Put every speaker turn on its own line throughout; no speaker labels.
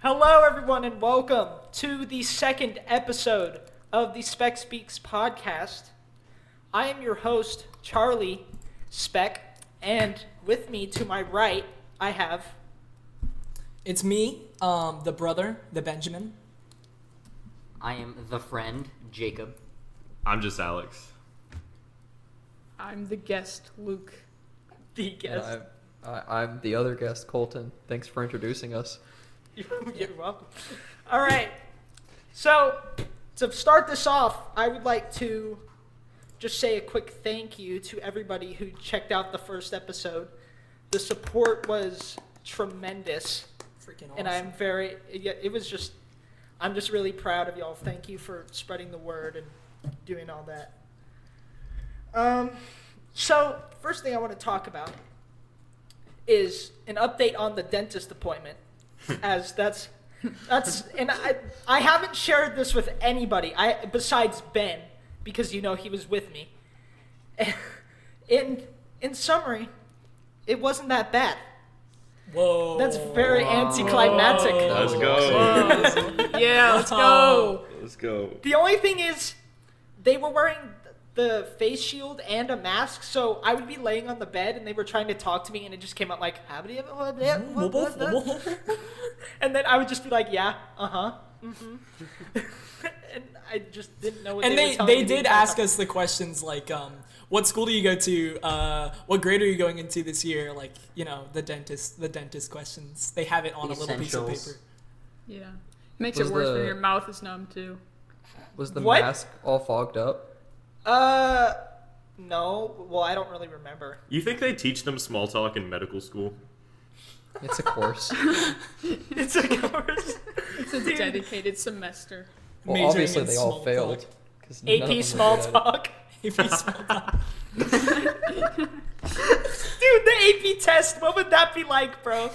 Hello, everyone, and welcome to the second episode of the Spec Speaks podcast. I am your host, Charlie Spec, and with me to my right, I have.
It's me, um, the brother, the Benjamin.
I am the friend, Jacob.
I'm just Alex.
I'm the guest, Luke.
The guest.
I, I, I'm the other guest, Colton. Thanks for introducing us.
You're welcome. All right. So, to start this off, I would like to just say a quick thank you to everybody who checked out the first episode. The support was tremendous,
Freaking awesome.
and I'm very, yeah, it was just, I'm just really proud of y'all. Thank you for spreading the word and doing all that. Um, so, first thing I want to talk about is an update on the dentist appointment as that's that's and I I haven't shared this with anybody I besides Ben because you know he was with me. In in summary, it wasn't that bad.
Whoa.
That's very anticlimactic.
Let's
Oh,
go.
Yeah, let's go.
Let's go.
The only thing is, they were wearing the face shield and a mask, so I would be laying on the bed and they were trying to talk to me, and it just came out like, "Habidi- what- what- what- what- And then I would just be like, yeah, uh huh. Mm-hmm. and I just didn't know what
and
they
they,
were telling
they
me the
did
entire
ask
time.
us the questions like, um, what school do you go to? Uh, what grade are you going into this year? Like, you know, the dentist, the dentist questions. They have it on a little piece of
Essentials.
paper.
Yeah. Makes
Was
it worse
the-
when your mouth is numb too.
Was the
What?
mask all fogged up?
Uh, no. Well, I don't really remember.
You think they teach them small talk in medical school?
It's a course.
It's a course.
It's a dedicated semester.
well,
Majoring
obviously
in
they
small
all
talk.
failed. 'cause none of them
AP
were
small
good at it.
talk.
If you small talk.
Dude, the AP test. What would that be like, bro?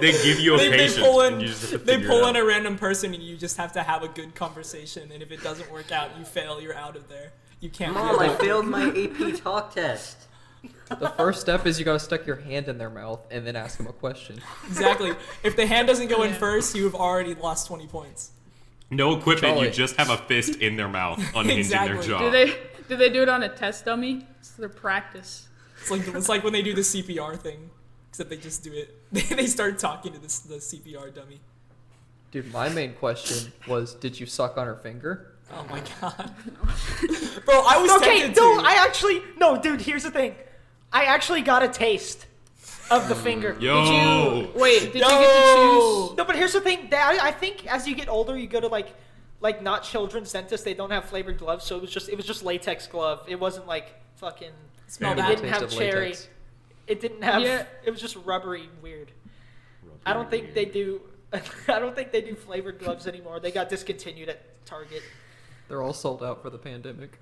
They give you a
They, they
patient.
pull in,
and you just have to
they
figure
pull
it
in
out.
a random person, and you just have to have a good conversation. And if it doesn't work out, you fail. You're out of there. You can't. be
Mom,
a
I
doctor.
failed my AP talk test.
The first step is you gotta stick your hand in their mouth and then ask them a question.
Exactly. If the hand doesn't go in
Yeah.
first, you've already lost 20 points.
No equipment.
Charlie.
You just have a fist in their mouth, unhinging
Exactly.
their
Do
jaw.
Oh.
Do they do they do it on a test dummy? It's their practice.
It's like it's like when they do the CPR thing, except they just do it. They, they start talking to this the CPR dummy.
Dude, my main question was, did you suck on her finger?
Oh my god, bro! I was
okay,
tempted
no,
to.
I actually no, dude. Here's the thing. I actually got a taste of the finger.
Yo.
Wait, did you
No.
get to
No, but here's the thing. That I I think as you get older, you go to like, like not children's dentists. They don't have flavored gloves, so it was just it was just latex glove. It wasn't like fucking.
Smell
It
that.
didn't
Taste
have
of
cherry.
latex.
It didn't have.
Yeah.
It was just rubbery, weird. I don't think they do. I don't think they do flavored gloves anymore. They got discontinued at Target.
They're all sold out for the pandemic.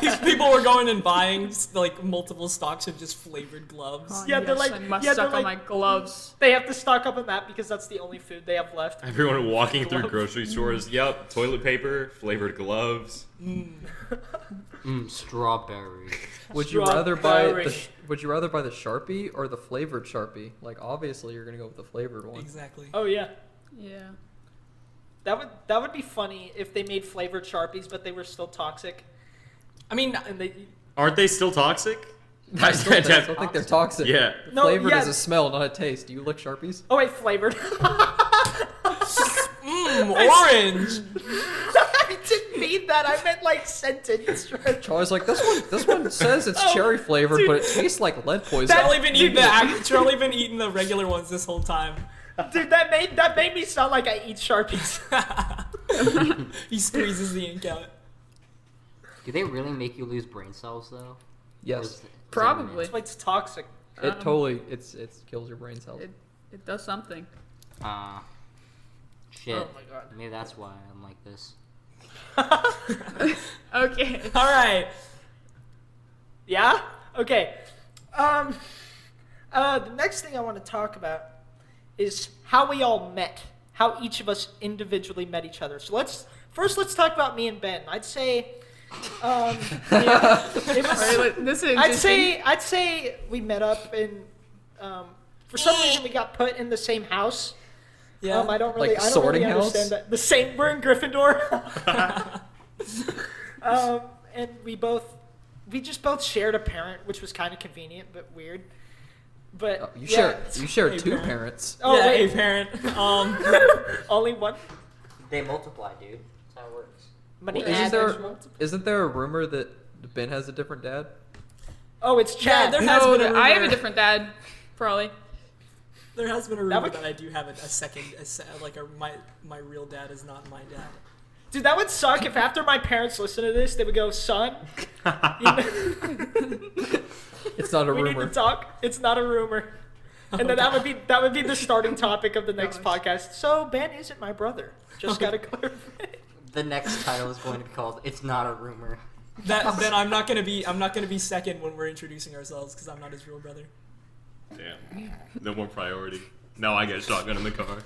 These people were going and buying like multiple stocks of just flavored gloves.
choose?
Yeah,
Oh,
they're
yes,
like-
I must
yeah,
suck
they're
on
like-
my gloves.
They have to stock up on that because that's the only food they have left.
Everyone walking through
Gloves.
grocery stores. Yep. Toilet paper, flavored gloves.
Mm, strawberry.
Would you rather buy the
Strawberry.
Would you rather buy the Sharpie or the flavored Sharpie? Like obviously you're gonna go with the flavored one.
Exactly.
Oh yeah.
Yeah.
That would that would be funny if they made flavored sharpies, but they were still toxic.
I mean, uh,
And they
Aren't they still toxic?
I still, think, I still think they're toxic.
Yeah.
No,
flavored
yeah.
is a smell, not a taste. Do you lick Sharpies?
oh wait, flavored.
mm, orange.
I didn't mean that. I meant like scented.
Charlie's like, this one this one says it's
Oh,
cherry flavored,
dude.
but it tastes like lead poison.
Charlie been eating the act- Charlie been eating the regular ones this whole time.
Dude, that made that made me sound like I eat sharpies.
he squeezes the ink out.
Do they really make you lose brain cells though? Or is-
yes.
is that a
Probably.
myth?
Like it's toxic.
It
Um,
totally it's it kills your brain cells.
It it does something.
Uh, shit.
Oh my god.
Maybe that's why I'm like this.
Okay.
All right.
Yeah? Okay. Um uh the next thing I want to talk about is how we all met. How each of us individually met each other. So let's first let's talk about me and Ben. I'd say um it was-
All right, li- this is
I'd
interesting.
say I'd say we met up and um, for some reason we got put in the same house.
Yeah.
Um, I don't really,
Like
I don't
Sorting
really
House?
understand that. The same, we're in Gryffindor. um, and we both, we just both shared a parent, which was kind of convenient but weird. But
Oh, you
yeah.
share you share
Hey,
two
parent.
parents.
Oh,
yeah,
wait.
a parent. Um,
only one
They multiply, dude. That's how it works.
money.
Well,
add
isn't
there's
there
multiple-
isn't there a rumor that Ben has a different dad?
Oh, it's
yeah,
Chad.
there has
No,
been. A rumor,
I have a different dad, probably.
There has been a rumor
would-
that I do have a, a second, a, se- like a, my my real dad is not my dad.
Dude, that would suck if after my parents listen to this, they would go, "Son, you know,
It's not a
we need
rumor.
to talk. It's not a rumor." And then that would be that would be the starting topic of the next podcast. So Ben isn't my brother. Just gotta clarify.
The next title is going to be called "It's Not a Rumor."
That then I'm not gonna be I'm not gonna be second when we're introducing ourselves because I'm not his real brother.
Damn. No more priority. Now I get shotgun in the car.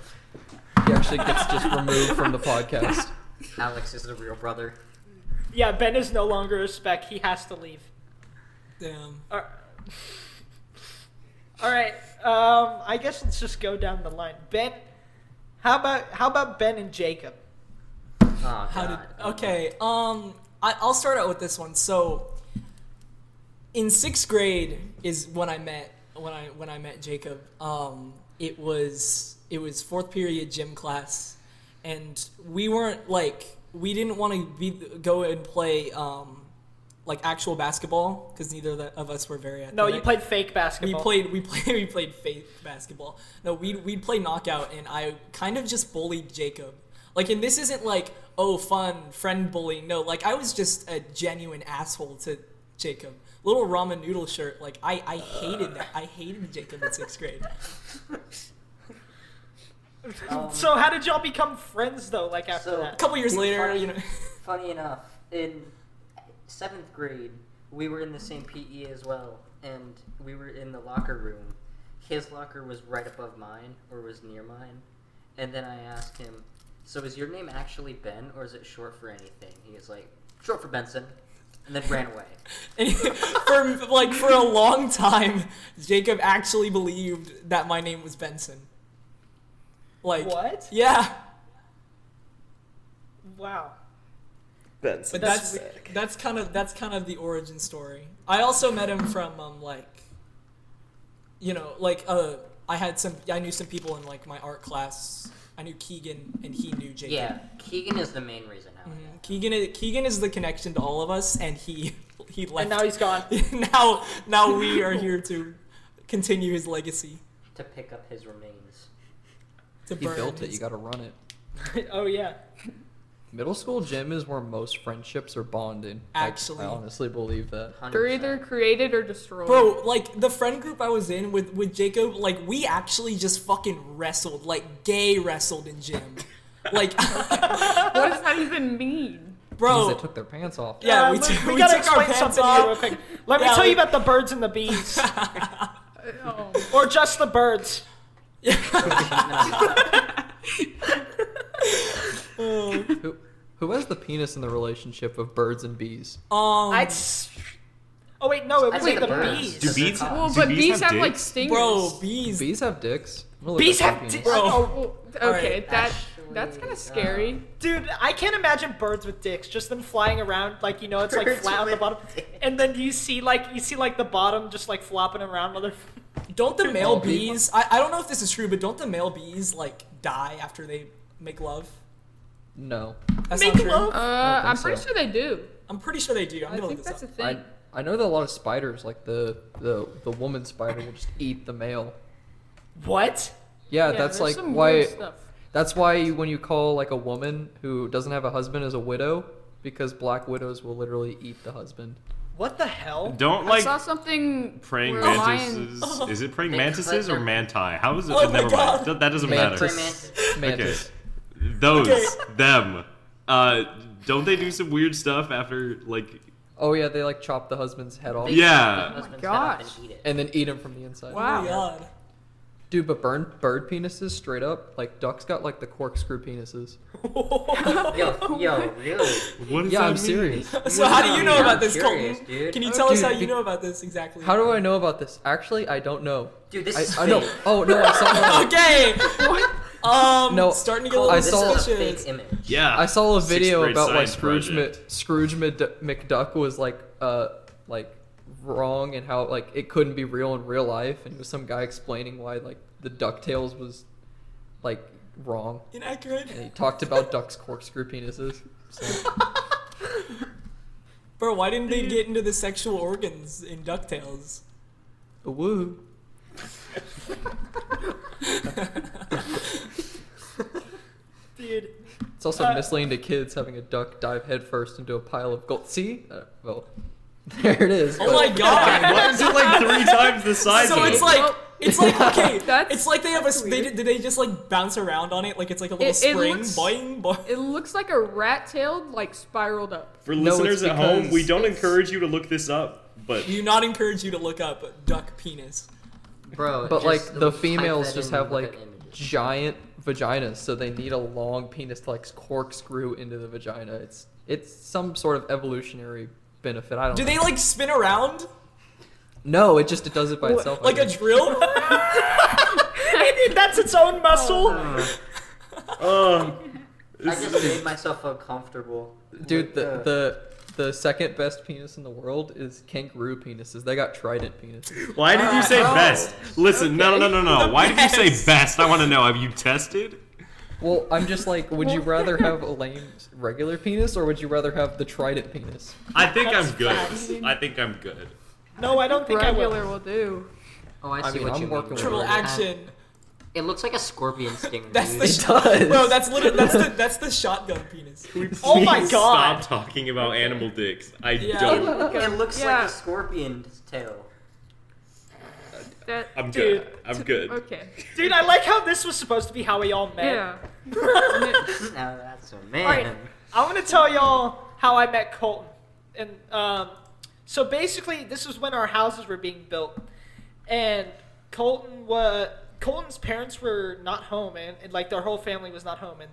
He actually gets just removed from the podcast.
Alex is the real brother.
Yeah, Ben is no longer a spec. He has to leave.
Damn.
All all right. Um, I guess let's just go down the line. Ben, how about how about Ben and Jacob?
Oh god.
How did? Okay. Um, I, I'll start out with this one. So, in sixth grade is when I met when I when I met Jacob. Um, it was it was fourth period gym class, and we weren't like we didn't want to be go and play um, like actual basketball because neither of the- of us were very athletic.
No, you played fake
We
basketball.
played, we played, we played fake basketball. No, we we play knockout, and I kind of just bullied Jacob. Like, and this isn't like oh fun friend bullying. No, like I was just a genuine asshole to Jacob. Little ramen noodle shirt. Like I I hated that. I hated Jacob in sixth grade.
So how did y'all become friends though? Like after
So-
A
that?
couple years
Dude,
later,
funny-
you know.
Funny enough, in seventh grade, we were in the same PE as well, and we were in the locker room. His locker was right above mine, or was near mine. And then I asked him, "So is your name actually Ben, or is it short for anything?" He was like, "Short for Benson," and then ran away.
And for like for a long time, Jacob actually believed that my name was Benson. Like
What?
Yeah.
Wow.
But
Benson.
that's
That's
that's, kind of that's kind of the origin story. I also met him from um like, you know, like uh I had some I knew some people in like my art class. I knew Keegan and he knew Jacob.
Yeah, Keegan is the main reason how. I know.
Mhm. Keegan is, Keegan is the connection to all of us, and he he
And
left.
now he's gone.
now now we are here to continue his legacy.
to pick up his remains.
To
He
burn
built it.
his-
You got to run it.
oh yeah.
Middle school gym is where most friendships are bonded.
Actually.
I honestly believe that.
100%.
They're either created or destroyed.
Bro, like the friend group I was in with with Jacob, like we actually just fucking wrestled, like gay wrestled in gym. Like
what does that even mean?
Bro,
Because they took their pants off.
Yeah,
Uh,
we
Luke,
took- we
gotta
took our
explain
pants
something
off.
here real quick. Let
Yeah,
me tell you
we-
about the birds and the bees,
Oh,
or just the birds.
Who, who has the penis in the relationship of birds and bees?
um,
I'd. s- Oh wait, no, it
I'd
was
say
like
the
the,
birds.
bees.
Do bees?
Well,
well,
Uh, do
but
bees,
bees have, like
dicks?
stingers. Oh,
bro, bees.
Bees have dicks. I'm gonna look
Bees
up their
have
penis.
dicks.
Bro.
Oh,
Okay,
Alright.
that that's
Actually,
kind of scary.
dude, I can't imagine birds with dicks. Just them flying around, like you know, it's like
Birds
flat on the
with
bottom,
dicks.
and then you see like you see like the bottom just like flopping around. Mother,
Don't the male
all people-
bees? I, I don't know if this is true, but don't the male bees like die after they make love?
No.
That's
Make
not true.
love?
Uh,
think
I'm pretty
so.
sure they do.
I'm pretty sure they do. I'm
I
gonna look
think
this
that's a
up.
thing.
I, I know that a lot of spiders, like the, the the woman spider, will just eat the male.
what?
Yeah,
Yeah,
that's
there's
like
some
why.
weird stuff.
That's why you, when you call like a woman who doesn't have a husband as a widow, because black widows will literally eat the husband.
What the hell?
Don't
I
like
saw something
praying
where a lion-
mantises. Is it praying
They
mantises
cut
or
their-
manti? How is it?
Oh my
never
God.
mind. That, that doesn't
Mantis.
matter.
Mantis.
Mantis.
Those them. Uh, don't they do some weird stuff after like?
Oh yeah, they like chop the husband's head off
They
Yeah.
cut their husband's
Oh my
head off
gosh.
and eat it.
and then eat him from the inside.
Wow.
Oh my God.
Dude, but burn bird penises straight up. Like ducks got like the corkscrew penises.
Yo, yo, really?
What does
Yeah,
that
I'm
mean?
serious.
So how do you know
I'm
about this,
curious,
Colton?
dude.
Can you tell us how
Dude,
you
be-
know about this exactly?
How do I know about this? Actually, I don't know.
Dude, this
I,
is
I know.
fake.
Oh no, I saw.
okay. Um,
No,
starting to get a
I
this
little
saw-
is a fake
suspicious.
image.
Yeah.
I saw a
Sixth
video
grade
about why
science
Scrooge, Mc,
project.
Scrooge Mc- McDuck was like, uh, like wrong and how like it couldn't be real in real life, and it was some guy explaining why like the Ducktales was like wrong,
Inaccurate.
and he talked about ducks corkscrew penises. So,
Bro, why didn't
Mm-hmm.
they get into the sexual organs in Ducktales?
woo.
Oh
Dude,
It's also
Uh,
misleading to kids having a duck dive headfirst into a pile of gold. See, uh, well, there it is.
Oh
but-
my god!
Why is it like three times the size
So
of
it's
it?
like it's like okay,
That's-
it's like they have a
that's
s- they,
weird.
did they just like bounce around on it like it's like a little
It- it
spring,
looks-
boing boing.
It looks like a rat tailed, like spiraled up.
For
No, it's
listeners at home,
because
we don't
it's-
encourage you to look this up, but
We do not encourage you to look up duck penis.
Bro,
But
just
like the
type that
females
in
just
and
have
look
like
at images.
giant vaginas, so they need a long penis to like corkscrew into the vagina. It's it's some sort of evolutionary benefit. I don't.
Do
know.
they like spin around
No, it just it does it by itself. I
like a
think.
drill?
It- that's its own muscle.
Oh.
uh,
I just made myself uncomfortable.
dude.
with
The the the second best penis in the world is kangaroo penises. They got trident penises.
why did you say
Oh.
best? Listen, no, no, no, no, no. Why did you
best.
say best? I want to know. Have you tested?
Well, I'm just like, would you rather have a lame regular penis or would you rather have the trident penis?
I think I'm
That's
good.
fascinating.
I think I'm good.
No, I don't think I
Regular
will.
will do.
Oh, I see
I mean,
what
I'm
you
working
mean.
with
Triple
it.
action.
It looks like a scorpion stinger.
That's
dude.
the
It does.
Bro, that's literally that's the that's the shotgun penis.
Oh my
Please
god.
Stop talking about animal dicks. I
Yeah.
don't.
It looks
Yeah.
like a scorpion's tail.
That,
I'm
Dude.
good. I'm good.
okay.
Dude, I like how this was supposed to be how we all met.
Yeah.
Now that's a man.
Alright, I want to tell y'all how I met Colton. And um, so basically, this was when our houses were being built, and Colton was Colton's parents were not home, and, and like their whole family was not home, and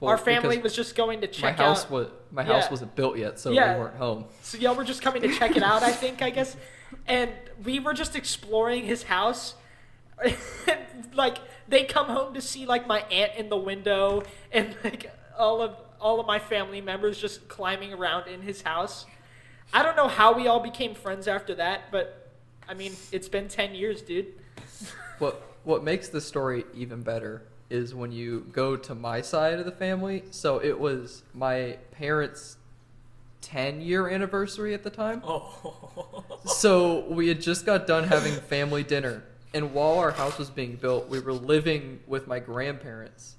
Well,
our family was
because
just going to
My
check
house
out.
was my house
Yeah.
wasn't built yet, so
Yeah.
we weren't home.
So y'all were just coming to check it out, I think, I guess. And we were just exploring his house. like they come home to see like my aunt in the window and like all of all of my family members just climbing around in his house. I don't know how we all became friends after that, but I mean, it's been 10 years, dude.
What what makes the story even better is when you go to my side of the family. So it was my parents' ten year anniversary at the time.
Oh.
So we had just got done having family dinner, and while our house was being built, we were living with my grandparents.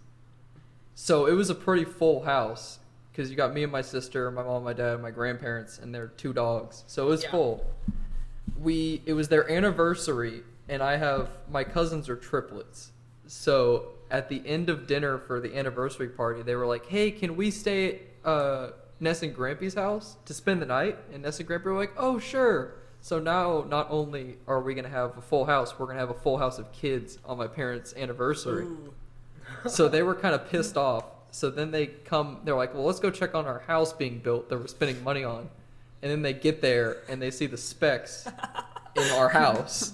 So it was a pretty full house because you got me and my sister, my mom, my dad, my grandparents, and their two dogs. So it was
Yeah.
full. We it was their anniversary, and I have my cousins are triplets. So at the end of dinner for the anniversary party, they were like, "Hey, can we stay at uh, Ness and Grampy's house to spend the night?" And Ness and Grampy were like, "Oh, sure." So now, not only are we gonna have a full house, we're gonna have a full house of kids on my parents' anniversary
Ooh.
so they were kind of pissed off. So then they come, they're like, well, let's go check on our house being built that we're spending money on. And then they get there and they see the specs in our house.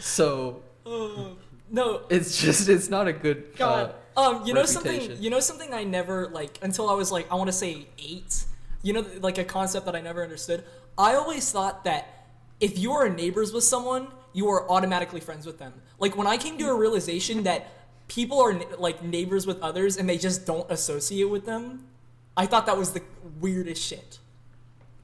So
Uh, no,
it's just, it's not a good. uh, oh,
God.
Um, you know something.
reputation.
You know something I never like until I was like I want to say eight. You know, like a concept that I never understood. I always thought that if you are neighbors with someone, you are automatically friends with them. Like when I came to a realization that people are like neighbors with others and they just don't associate with them, I thought that was the weirdest shit.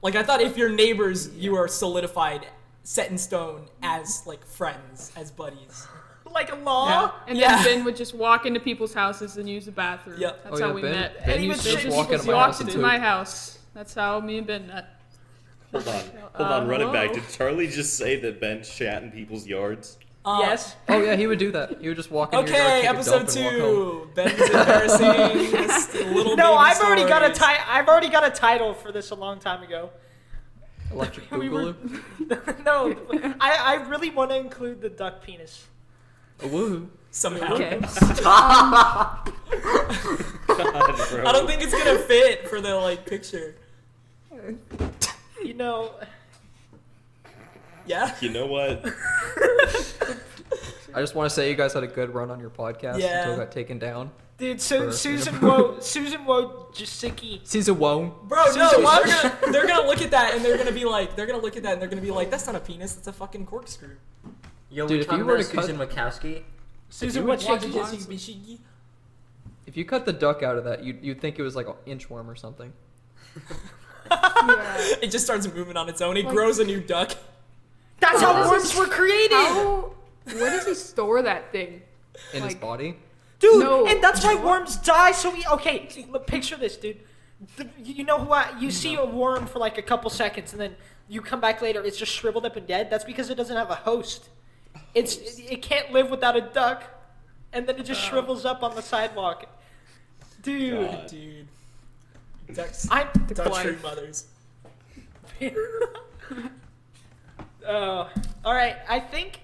Like I thought if you're neighbors, you are solidified, set in stone as like friends, as buddies.
Like a law.
Oh, And
Yeah.
then Ben would just walk into people's houses and use the bathroom.
Yep.
That's
Oh,
how
yeah,
we
Ben-
met.
Ben
and he
used
would
to
just
just walk
walk
into my house
and
into
poop.
my house. That's how me and Ben met.
Hold on. Hold
Uh,
on. Run it
Oh.
back.
hello?
Did Charlie just say that Ben shat in people's yards?
Uh,
yes.
Oh, yeah, he would do that. He would just walk in your yard,
Okay,
take a
episode
dump, and walk home.
two. Ben's embarrassing. this little
No,
baby
I've already got a
stories.
ti- I've already got a title for this a long time ago.
Electric
We were-
boogaloo.
no, I, I really want to include the duck penis.
Woohoo.
somehow.
Okay.
God, bro.
I don't think it's gonna fit for the like picture.
You know,
Yeah.
You know what?
I just want to say you guys had a good run on your podcast
Yeah.
until it got taken down.
Dude, Su-
For-
Susan Woe, Susan Woe Jasicki.
Season one.
Bro, no,
Susan,
they're
what?
gonna, they're gonna look at that and they're gonna be like, they're gonna look at that and they're gonna be like, that's not a penis, that's a fucking corkscrew.
Yo,
Dude,
we
if
talking
you were
about
to cut-
Susan Wachowski.
Susan
If you watch
Wojcicki.
Jesse Bishigi-
If you cut the duck out of that, you'd, you'd think it was like an inchworm or something.
Yeah.
It just starts moving on its own. It
Like-
grows a new duck.
That's
How
how
does
worms
this-
were created,
How? Where does he store that thing?
In his
Like-
body?
dude.
No.
And that's why worms die. So we okay. see, look, Picture this, dude. The- you know what? You see a worm for like a couple seconds, and then you come back later. It's just shriveled up and dead. That's because it doesn't have a host. It's it, it can't live without a duck, and then it
Oh.
just shrivels up on the sidewalk. Dude,
God.
Dude. Ducks.
I'm.
Ducks
Why?
are mothers.
oh, all right. I think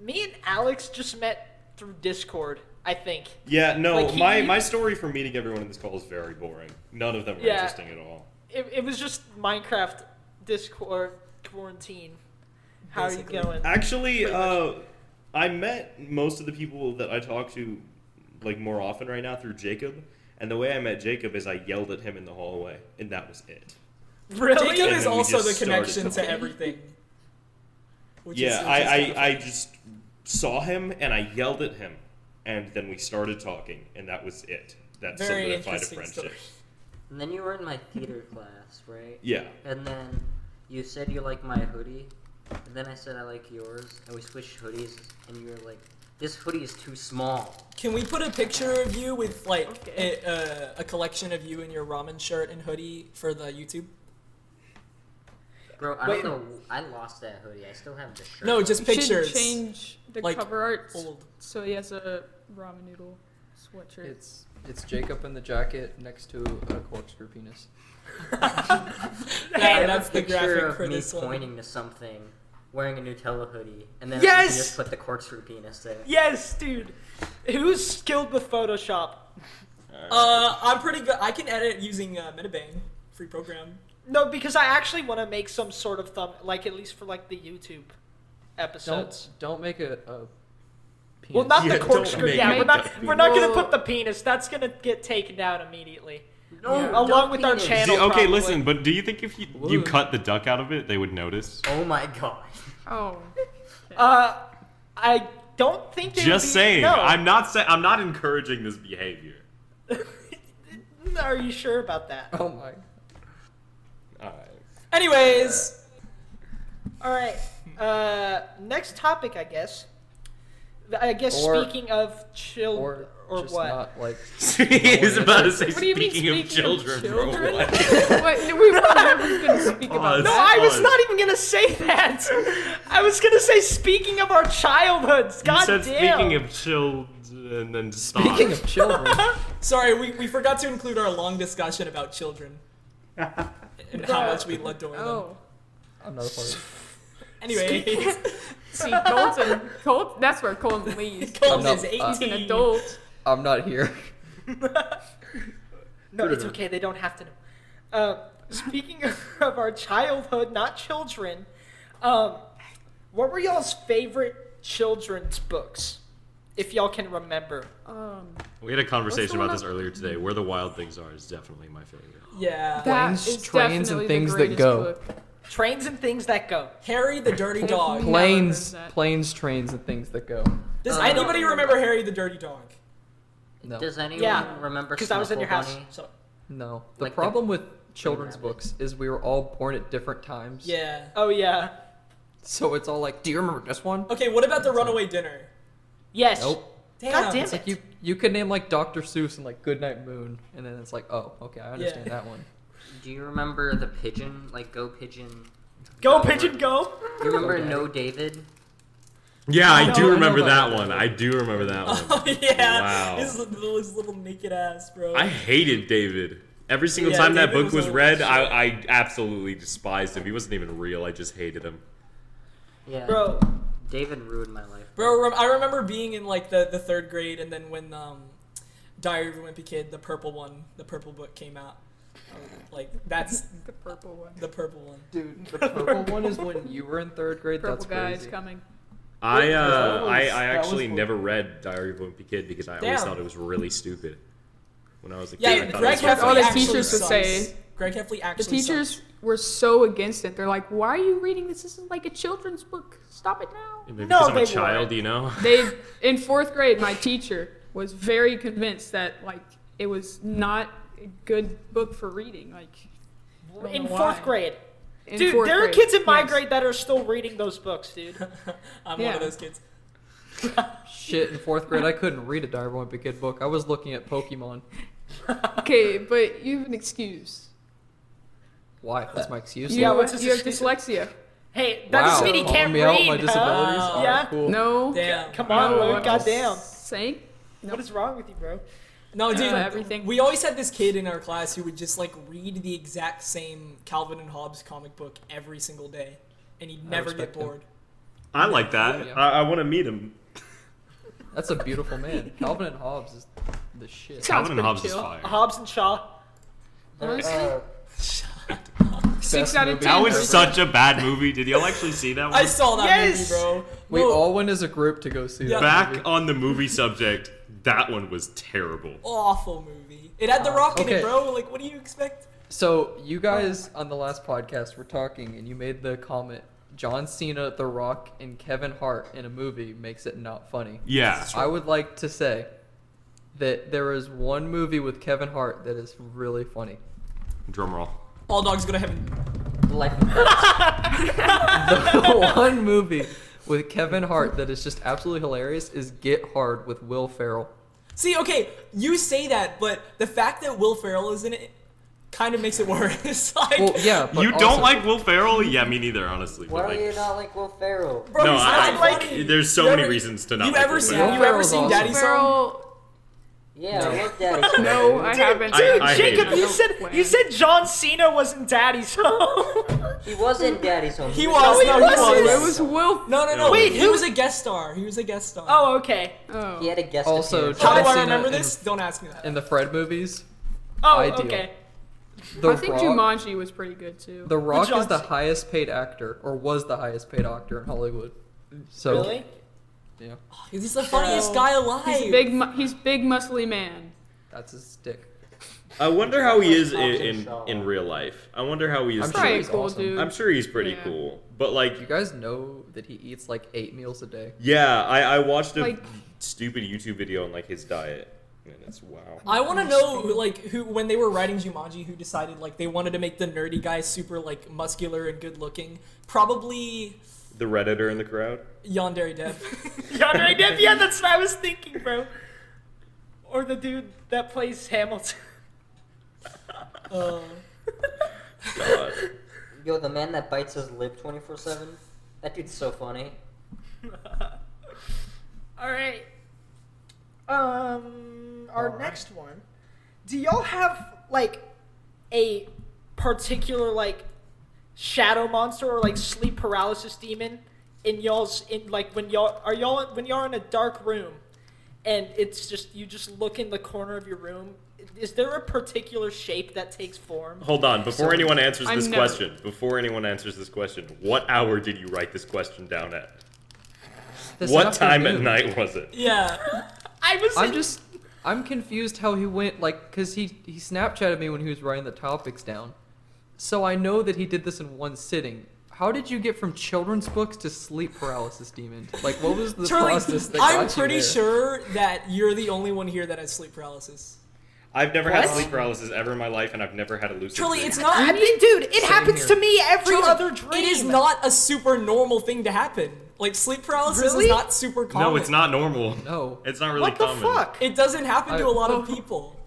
me and Alex just met through Discord. I think.
Yeah, no,
Like, he-
my, my story for meeting everyone in this call is very boring. None of them were
Yeah.
interesting at all.
It, it was just Minecraft Discord quarantine. How
Basically.
are you going?
Actually,
Pretty much.
uh, I met most of the people that I talk to like more often right now through Jacob. And the way I met Jacob is I yelled at him in the hallway, and that was it.
really?
Jacob
And
is
then we
also
just
the
started
connection to
talking.
everything. Which is-
yeah,
which is
I,
kinda
I, I
funny.
just saw him and I yelled at him, and then we started talking, and that was it. That
Very
solidified a
interesting
friendship.
story.
And then you were in my theater class, right?
Yeah.
And then you said you like my hoodie. And then I said I like yours. And we switched hoodies. And you were like, this hoodie is too small.
Can we put a picture of you with like
Okay.
a, uh, a, a collection of you in your ramen shirt and hoodie for the YouTube?
Bro, I
Wait.
don't know. I lost that hoodie. I still have the shirt.
No, just
You should
pictures.
change the
Like,
cover art s-
old.
so he has a ramen noodle sweatshirt.
It's it's Jacob in the jacket next to a corkscrew penis.
I
Yeah,
have a
that's the
picture
graphic
of
for
me
this one.
pointing to something, wearing a Nutella hoodie, and then
Yes!
you just put the corkscrew penis there.
Yes, dude. Who's skilled with Photoshop?
Uh, I'm pretty good. I can edit using uh, Metabang, free program.
No, because I actually want to make some sort of thumb, like at least for like the YouTube episodes.
Don't don't make a, a penis.
Well, not
Yeah,
the
don't
corkscrew.
make
Yeah,
it
we're not
the
we're not gonna
penis.
put the penis. That's gonna get taken down immediately.
No,
Yeah.
don't
Along with our
penis.
channel.
See, okay,
probably.
listen, but do you think if you, you
Whoa.
cut the duck out of it, they would notice?
Oh my god.
oh.
Uh, I don't think. they would
Just
be-
saying,
No.
I'm not saying I'm not encouraging this behavior.
Are you sure about that?
Oh my.
All right.
Anyways,
All right. Uh, next topic, I guess. Th- I guess
Or-
speaking of chill
Or,
or,
just
what?
not like.
He's about to say
What do you mean,
speaking, of
speaking of
children,
children?
bro. what?
Wait, no, we were never going to speak about
Pause.
No,
that.
I was
Odd.
not even gonna say that. I was gonna say speaking of our childhoods. God
you said
damn.
speaking of children and then stopped.
Speaking of children,
sorry, we, we forgot to include our long discussion about children and how much we adore them.
Oh.
I'm not a part of
Anyways,
See, Colton. Colton that's where Colton leaves.
Colton
not-
is
uh,
18.
He's an adult.
it. I'm not here.
no, it's okay. They don't have to know. Uh, speaking of our childhood, not children. Um, what were y'all's favorite children's books, if y'all can remember?
Um,
we had a
What's the
conversation
one
about this
up-
earlier today. Where the wild things are is definitely my favorite.
Yeah.
that
Planes,
is
trains, and
definitely the
things that
greatest
go.
book.
Trains and things that go.
Harry the Dirty Dog.
Never heard
Planes,
that.
planes, trains, and things that go.
Does
Uh,
anybody remember Harry the Dirty Dog?
No,
Does anyone
Yeah,
remember
Because I was in your
Snuffle
house.
Bunny?
So,
no. The
Like the-
problem with children's
Rabbit.
books is we were all born at different times.
yeah.
Oh yeah.
So it's all like, do you remember this one?
Okay, what about the runaway dinner?
Yes.
Nope.
Damn.
God damn
it's
it.
like
You you could name like Dr. Seuss and like Goodnight Moon, and then it's like, oh, okay, I understand
Yeah.
that one.
Do you remember the pigeon? Like, go pigeon.
Go pigeon, go.
You remember
Go, Daddy.
No David?
Yeah, I
No,
do
I know
remember
about
that one. I do remember that one.
Oh yeah,
Wow.
his, little, his little naked ass, bro.
I hated David. Every single
Yeah,
time that
David
book was
was a-
read, I, I absolutely despised him. He wasn't even real. I just hated him.
Yeah.
Bro,
David ruined my life.
Bro, rem- I remember being in like the, the third grade, and then when um, Diary of a Wimpy Kid, the purple one, the purple book came out. I was Like that's
The purple one.
the purple one.
Dude, the purple one is when you were in third grade.
Purple
That's
guy
crazy.
is coming.
I
That
uh,
was-
I, I
that was
actually
fun.
never read Diary of a Wimpy Kid because I always
Damn.
thought it was really stupid when I was a kid. I
Yeah,
thought it
Greg
was
what
Heffley
all the
really
actually
teachers would
sucks.
say.
Greg Heffley
The
actually
teachers
sucks.
were so against it. They're like, "Why are you reading this? This is like a children's book. Stop it now."
Maybe
No,
because I'm
they
a child,
weren't.
you know.
They in fourth grade, my teacher was very convinced that like it was not a good book for reading. Like
in
know why.
fourth grade.
in
dude,
fourth
there are
grade.
kids in my
Yes.
grade that are still reading those books, dude.
I'm one
Yeah.
of those kids.
Shit, in fourth grade, I couldn't read a Diary of a Wimpy Kid book. I was looking at Pokemon.
Okay, but you have an excuse.
Why? That's my excuse.
You,
Yeah, what's his
you have
excuse?
dyslexia.
Hey, that
wow.
doesn't mean he
Calling
can't
me
read.
out with my
huh?
disabilities. All right,
Yeah.
cool.
No.
Damn.
Come on,
No,
Luke.
I'm
Goddamn.
Saying
What is wrong with you, bro?
No, dude,
Uh, everything.
We always had this kid in our class who would just like read the exact same Calvin and Hobbes comic book every single day, and he'd never get
respect him.
bored.
I like that.
Yeah.
I, I want to meet him.
That's a beautiful man. Calvin and Hobbes is the shit.
Sounds
Calvin and
pretty
Hobbes is
chill.
fire.
Hobbs and Shaw.
Uh,
honestly,
Best
six out of
movie
ten.
That was
versus-
such a bad movie. Did y'all actually see that
I
one?
saw that
Yes!
movie, bro.
We
No.
all went as a group to go see that.
Yeah.
Back
movie.
on the movie subject, that one was terrible.
awful movie. It had the rock in
okay.
it, bro. Like, what do you expect?
So you guys on the last podcast were talking, and you made the comment: John Cena, The Rock, and Kevin Hart in a movie makes it not funny.
Yeah.
I would like to say that there is one movie with Kevin Hart that is really funny.
Drum roll.
All dogs go to heaven.
Life and Death.
The one movie with Kevin Hart that is just absolutely hilarious is Get Hard with Will Ferrell.
See, okay, you say that, but the fact that Will Ferrell is in it kind of makes it worse. like,
Well, yeah, but
you
also-
don't like Will Ferrell? Yeah, me neither, honestly. but,
Why
like-
do you not like Will Ferrell?
bro,
no,
he's
I,
not
like-
funny.
there's so
You
many
ever-
reasons to not.
You
like
ever
Will
seen?
Ferrell.
You ever
Ferrell's
seen
awesome.
Daddy Song?
Ferrell-
Yeah, I love Daddy's
No, I haven't.
I-
Dude,
I hate
Jacob,
it.
you said
No way.
you said John Cena was in Daddy's Home.
He was in Daddy's Home.
He
No,
was.
he
No, he
wasn't.
it
was.
was Will.
No, no, no.
Wait,
he
who-
was a guest star. He was a guest star.
oh, okay.
Oh.
He had a guest
Also,
appearance.
How do
John
I
Cena
remember
in-
this? Don't ask me that.
in the Fred movies.
Oh,
Ideal.
okay.
The
I think
Rock,
Jumanji was pretty good too.
The Rock is the
Johnson-
highest paid actor, or was the highest paid actor in Hollywood. So
Really?
yeah,
He's the funniest guy alive.
he's big. Mu- he's big, muscly man.
that's his stick.
I wonder how he is in,
Hobbs and
in,
Shaw.
in real life. I wonder how he is.
I'm
to-
sure
Probably a
he's
cool
awesome.
dude.
I'm sure he's pretty
Yeah.
cool, but like,
You guys know that he eats like eight meals a day.
yeah, I, I watched a
Like-
stupid YouTube video on like his diet, and it's wow.
I want to know, like, who when they were writing Jumanji, who decided like they wanted to make the nerdy guy super like muscular and good looking. Probably
The redditor in the crowd.
Yandere Depp.
Yandere Depp. Yeah, that's what I was thinking, bro. Or the dude that plays Hamilton.
uh,
God.
Yo, the man that bites his lip 24 7? That dude's so funny.
All right. Um, our next one. Do y'all have like a particular like shadow monster or like sleep paralysis demon in y'all's in like when y'all are y'all when y'all in a dark room and it's just you just look in the corner of your room. Is there a particular shape that takes form?
Hold on, before anyone answers
I'm
this
no-
question, before anyone answers this question, what hour did you write this question down at?
This
what time at
afternoon,
night was it?
yeah.
I was.
I'm
in-
just, I'm confused how he went like, cause he he Snapchatted me when he was writing the topics down, so I know that he did this in one sitting. How did you get from children's books to sleep paralysis demon? Like, what was the
Charlie,
process that
I'm
got you
pretty
there?
sure that you're the only one here that has sleep paralysis.
I've never had
What?
sleep paralysis ever in my life, and I've never had a lucid
Charlie,
dream.
it's not.
I mean, dude, it happens
here.
to me every
Charlie,
other dream.
It is not a super normal thing to happen. Like sleep paralysis
Really?
is not super common.
No, it's not normal.
No.
It's not really
What the
common.
fuck?
It doesn't happen to
I-
a lot of people.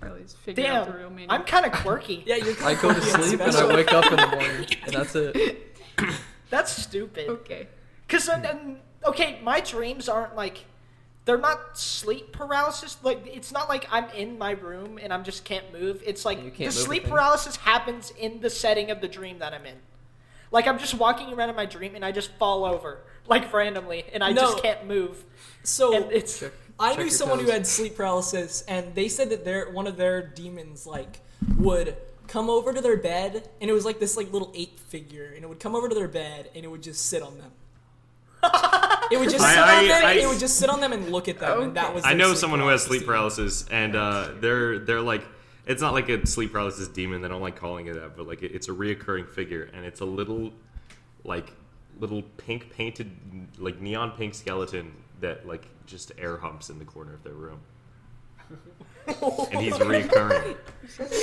Charlie's figured out the real
Damn,
meaning.
I'm kind of quirky.
Yeah, you're.
I go to sleep and I wake up in the morning, and that's it.
That's stupid.
okay.
Because okay, my dreams aren't like they're not sleep paralysis. Like it's not like I'm in my room and I'm just can't move. It's like
You
the
can't move a
sleep
thing.
paralysis happens in the setting of the dream that I'm in. Like I'm just walking around in my dream and I just fall over like randomly and I just
No.
can't move.
So
and it's
Check-
I
check
knew
your
someone who
toes.
had sleep paralysis, and they said that their one of their demons like would come over to their bed, and it was like this like little ape figure, and it would come over to their bed, and it would just sit on them. It would just
I-
sit on
I-
them.
I-
it would just sit on them and look at them, and that
Okay.
was.
I
their
know
sleep
someone who has sleep
symptom.
paralysis, and uh, they're they're like it's not like a sleep paralysis demon. They don't like calling it that, but like it, it's a reoccurring figure, and it's a little like little pink painted like neon pink skeleton that like just air humps in the corner of their room, and he's reoccurring.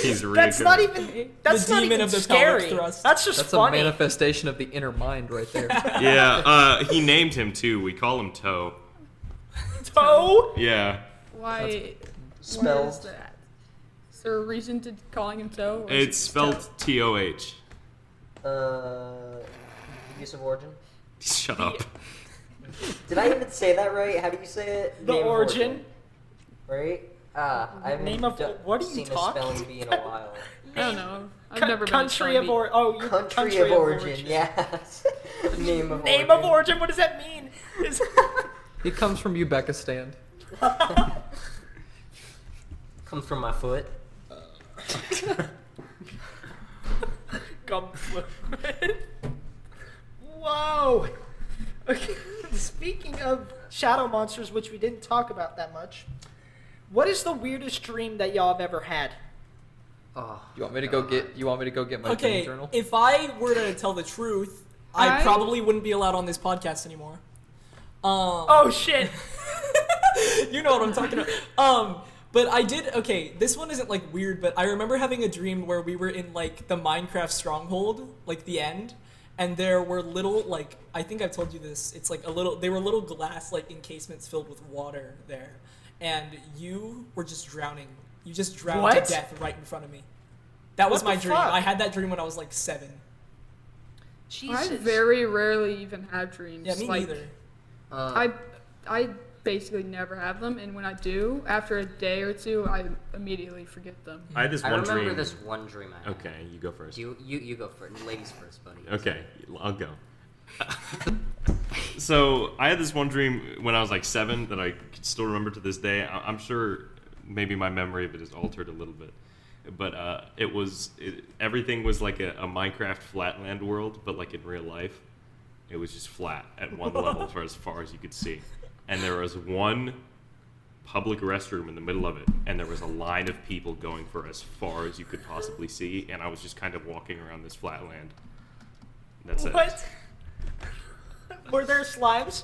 He's reoccurring.
That's not even. That's not
demon
even
of the pelvic
scary.
thrust.
That's just
That's
funny.
a manifestation of the inner mind right there.
Yeah, uh, he named him too. We call him Toe.
Toe.
Yeah,
Why? Why is
Spells.
that? Is there a reason to calling him so? or is
it's
it
spelled T O H.
Uh, use of origin.
Shut up.
Did I even say that right? How do you say it?
The
Name of
origin.
Right? Ah, I haven't
Name of-
do-
what are you
seen
talking-
a spelling bee in a while.
just- I don't know. I've
Co-
never
country
been
of or oh you're
Country, of, origin, yes. Name of
Name
origin.
of origin. What does that mean? Is-
It comes from Uzbekistan.
Comes from my foot.
Uh.
Gum fluid. Whoa. Okay. Speaking of shadow monsters, which we didn't talk about that much, what is the weirdest dream that y'all have ever had?
Oh,
You want me to go get? You want me to go get my dream
Okay,
journal?
if I were to tell the truth, I,
I-
probably wouldn't be allowed on this podcast anymore. Um,
Oh shit.
you know what I'm talking about. Um, but I did. Okay, this one isn't like weird, but I remember having a dream where we were in like the Minecraft stronghold, like the end, and there were little like I think I've told you this. It's like a little. They were little glass like encasements filled with water there, and you were just drowning. You just drowned
What?
to death right in front of me. That was
What
my
the
dream.
fuck?
I had that dream when I was like seven.
I
Jesus.
very rarely even have dreams.
Yeah, me
like,
neither.
Uh,
I, I basically never have them, and when I do, after a day or two, I immediately forget them.
I had this
I
one
remember
dream.
this one dream I had.
Okay, you go first.
You, you, you go first. Ladies first, buddy.
Okay, I'll go. so I had this one dream when I was like seven that I could still remember to this day. I- I'm sure maybe my memory of it is altered a little bit, but uh, it was it, everything was like a, a Minecraft flatland world, but like in real life, it was just flat at one level for as far as you could see, and there was one public restroom in the middle of it and there was a line of people going for as far as you could possibly see and i was just kind of walking around this flat land that's it
What? Were there slimes?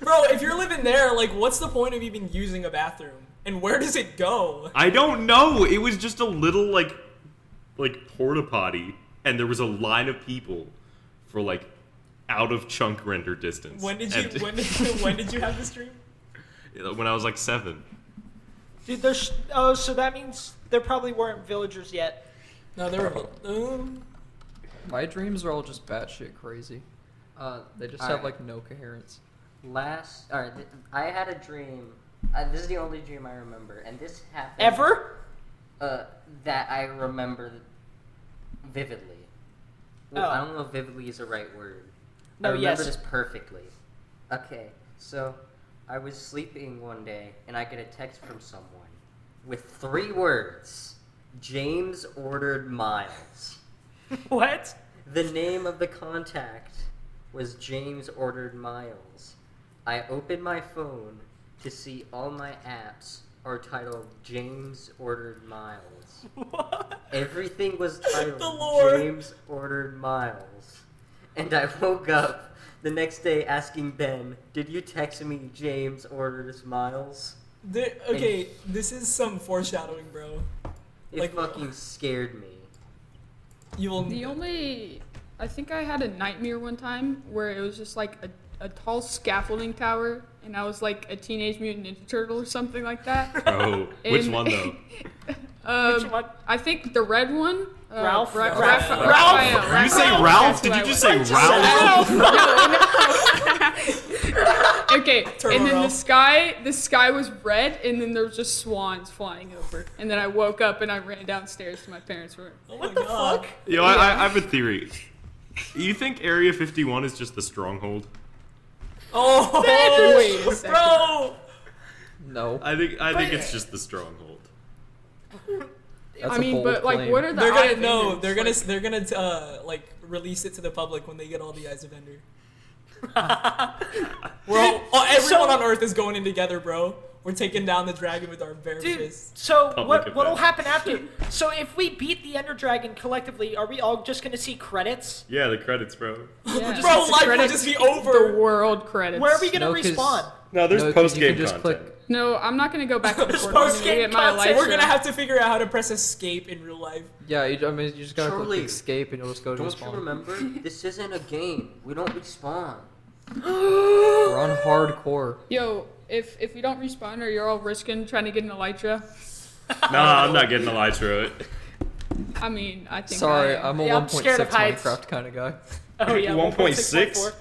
Bro, if you're living there, like, what's the point of even using a bathroom? And where does it go?
I don't know. It was just a little like like porta potty, and there was a line of people for like out of chunk render distance.
When did you
And-
when did you, when did you have this dream?
when I was like seven.
Dude, there's. Oh, so that means there probably weren't villagers yet.
No, there were. Um,
my dreams are all just batshit crazy.
Uh,
They just
all
have
right.
like no coherence.
Last, all right, th- I had a dream. Uh, this is the only dream I remember, and this happened
Ever?
Uh, that I remember vividly. Well, I don't know if vividly is the right word.
Oh. No,
I remember
yes.
this perfectly. Okay, so I was sleeping one day, and I get a text from someone with three words: James ordered Miles.
What?
The name of the contact was James Ordered Miles. I opened my phone to see all my apps are titled James Ordered Miles. Everything was titled
The lore.
James Ordered Miles. And I woke up the next day asking Ben, Did you text me James Orders Miles?
there, okay, this is some foreshadowing, bro.
It
Like-
fucking scared me.
You will.
The only, I think I had a nightmare one time where it was just like a, a tall scaffolding tower, and I was like a teenage mutant ninja turtle or something like that.
Oh, which
And-
one though?
Um,
Which one?
I think the red one. Uh,
Ralph?
Ra-
Ralph.
Rapha- Raphael.
Ralph.
Did you say
Raphael.
Ralph?
That's who
Did
I
you just
was.
say Ralph?
okay,
Turbo
and then
Ralph.
the sky, the sky was red, and then there was just swans flying over, and then I woke up and I ran downstairs to my parents' room.
oh
What
my
the
God.
fuck?
Yo, I, I, I have a theory. You think Area 51 is just the stronghold?
Oh,
wait a second.
bro.
No,
I think I think it's just the stronghold.
that's
I mean,
a bold
but like,
claim.
what are the?
They're
eye
gonna no.
vendors?
They're
Like,
gonna they're gonna uh like release it to the public when they get all the eyes of Ender. We're all, oh, everyone
so-
on Earth is going in together, bro. We're taking down the dragon with our bare
Dude,
fists.
so
Public
what what'll
event.
happen after? So if we beat the Ender Dragon collectively, are we all just gonna see credits?
Yeah, the credits, bro.
Yeah.
Bro, life will
Credits-
just be
the
over.
world credits.
Where are we gonna
No, 'cause-
respawn?
No, there's
No, 'cause
post
you can
game
just
content.
click
No, I'm not gonna go back to the
There's
court. I'm gonna
post-game
get my
content.
life.
We're gonna
shot.
have to figure out how to press escape in real life.
Yeah, you, I mean, you just gotta
Surely.
click escape and you'll just go to a
Don't you
spawn.
remember? this isn't a game. We don't respawn.
We're on hardcore.
Yo, if if we don't respawn or you're all risking trying to get an elytra,
Nah, I'm not getting a lie through it.
I mean, I think.
Sorry,
I,
I'm a
Yeah, I'm
1.6
scared of heights.
Minecraft kind of guy.
Oh yeah,
1.6?
1.6.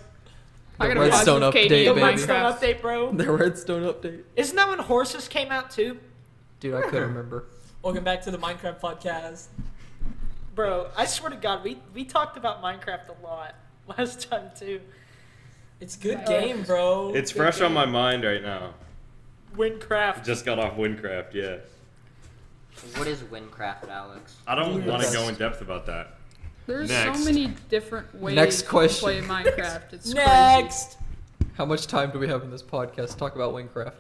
I gotta
The
pause
Redstone
with Katie
update,
in
The
baby.
Minecraft
Minecraft.
update, bro.
The redstone update.
Isn't that when horses came out too,
Dude, I couldn't remember.
Welcome back to the Minecraft podcast.
bro? I swear to God, we we talked about Minecraft a lot last time too.
It's a good
Oh.
game, bro.
It's fresh on my mind right now.
Windcraft.
Just got off Windcraft, yeah.
What is Windcraft, Alex?
I don't
Yeah.
want to go in depth about that.
There's
Next.
so many different ways
Next question.
to play Minecraft. It's crazy.
Next.
How much time do we have in this podcast? Talk about Windcraft.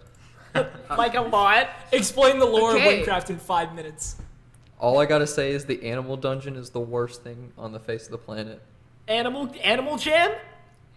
like a lot.
Explain the lore
Okay.
of Minecraft in five minutes.
All I gotta say is the animal dungeon is the worst thing on the face of the planet.
Animal Animal Jam.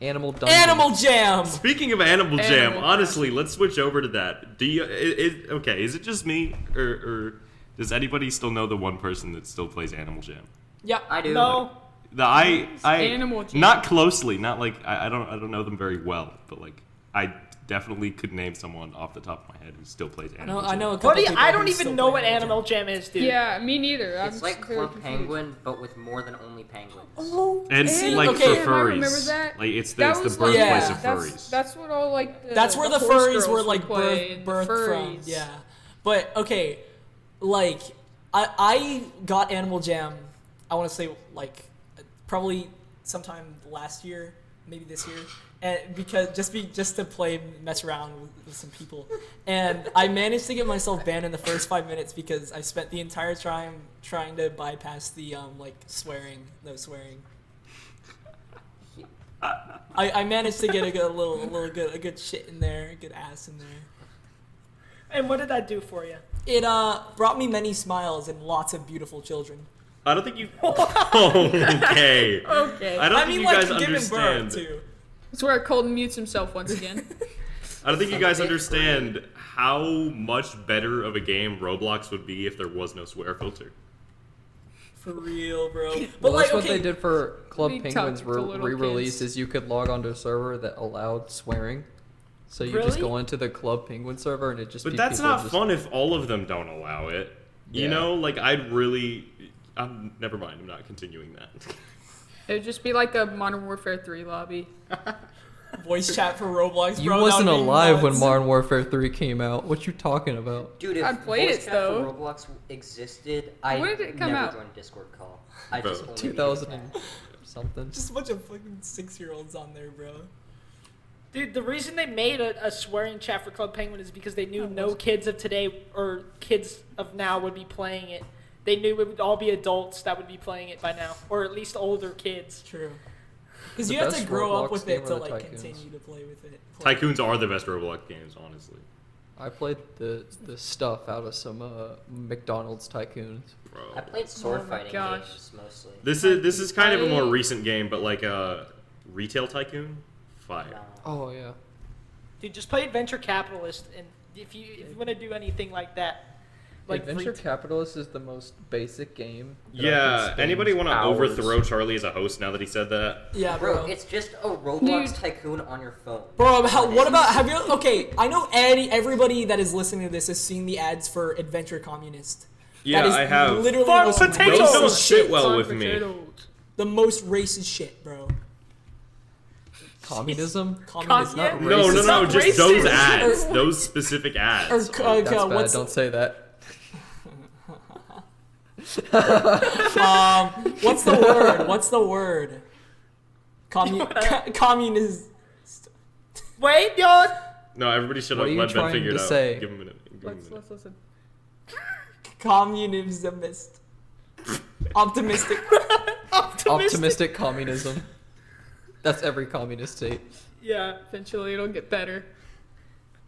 Animal dungeon.
Animal Jam.
Speaking of Animal Jam,
Animal Jam.
honestly, let's switch over to that. Do you? i i okay, is it just me, or, or does anybody still know the one person that still plays Animal Jam?
Yeah.
I do.
No,
The I, I
Animal Jam.
not closely, not like I, I don't, I don't know them very well, but like I definitely could name someone off the top of my head who still plays
I
Animal
know.
Jam.
I know. A couple
buddy,
people
I
who
don't
still
even know
play
what Animal Jam is, dude.
Yeah, me neither. I'm
It's like
very
Club
confused.
Penguin, but with more than only penguins.
Oh,
And
see,
like
okay,
for
if
furries,
I remember that,
like it's the,
That
it's the
was
birthplace
like,
birthplace
yeah,
of
that's,
furries.
That's what all like. The,
That's where the,
horse
furries
girls
were
would
like
play,
birth,
the
birth from.
furries.
Yeah, but okay, like I I got Animal Jam. I want to say like probably sometime last year, maybe this year, and because just be just to play mess around with, with some people, and I managed to get myself banned in the first five minutes because I spent the entire time trying to bypass the um like swearing, no swearing. I, I managed to get a good little, a little good, a good shit in there, a good ass in there.
And what did I do for you?
It uh brought me many smiles and lots of beautiful children.
I don't think you. okay.
Okay.
I don't
I
think
mean,
you
like
guys
giving
understand.
birth too.
It's where Colton mutes himself once again.
I don't think you guys
Something
understand how much better of a game Roblox would be if there was no swear filter.
For real, bro. But
Well,
like,
that's
okay,
what they did for Club
We talked
Penguin's
to
re-
little
re-release.
kids.
Is you could log onto a server that allowed swearing, so you just
Really?
go into the Club Penguin server and it just.
But
be
that's
people
not
just-
fun if all of them don't allow it. You
Yeah.
know, like I'd really. I'm never mind. I'm not continuing that.
It would just be like a Modern Warfare 3 lobby.
voice chat for Roblox.
You
bro, that
wasn't
would be
alive when
nuts.
Modern Warfare 3 came out. What you talking about?
Dude, if
I played
voice
it,
chat for
though.
Roblox existed, I
When did it come
never
out?
joined Discord call. I
Bro,
just only needed
2000
that.
and something.
Just a bunch of fucking six-year-olds on there, bro.
Dude, the reason they made a, a swearing chat for Club Penguin is because they knew no kids of today or kids of now would be playing it. They knew it would all be adults that would be playing it by now, or at least older kids.
True. Because
The
you have to
best
grow up
Roblox
with
game
it
are
to
the
like
tycoons.
continue to play with it. Play-
Tycoons are the best Roblox games, honestly.
I played the the stuff out of some uh, McDonald's tycoons.
Bro.
I played sword
Oh my
fighting
gosh.
games mostly.
This is this is kind of a more
I-
recent game, but like uh, retail tycoon, fire.
No.
Oh yeah.
Dude, just play Adventure Capitalist, and if you if you want to do anything like that, like
Adventure
free-
Capitalist is the most basic game. that I could
Yeah.
spend
Anybody want to
hours-
overthrow Charlie as a host now that he said that?
yeah,
Bro, it's just a Roblox
Dude.
tycoon on your phone.
Bro, how, what about have you? Okay, I know Eddie, everybody that is listening to this has seen the ads for Adventure Communist.
Yeah,
that is
I have.
Literally
Farm
the most
potatoes!
Those
racist
don't sit
shit.
well with
Farm
me.
potatoes.
The most racist shit, bro.
communism?
Communism.
Con-
not
yeah.
No, no,
Racist.
no,
Not
just
racist.
those ads, those specific
Or,
ads.
uh,
That's
uh,
bad.
what's,
Don't say that.
um, what's the word? What's the word? Commun- co- communist.
Wait, yo,
No, everybody shut
What
up.
are you
Let Ben
trying
figure it
to
out.
say?
Give him a minute. Give him a
Let's,
minute.
let's listen.
Communismist. Optimistic.
optimistic.
Optimistic communism. That's every communist state.
Yeah,
Eventually, it'll get better.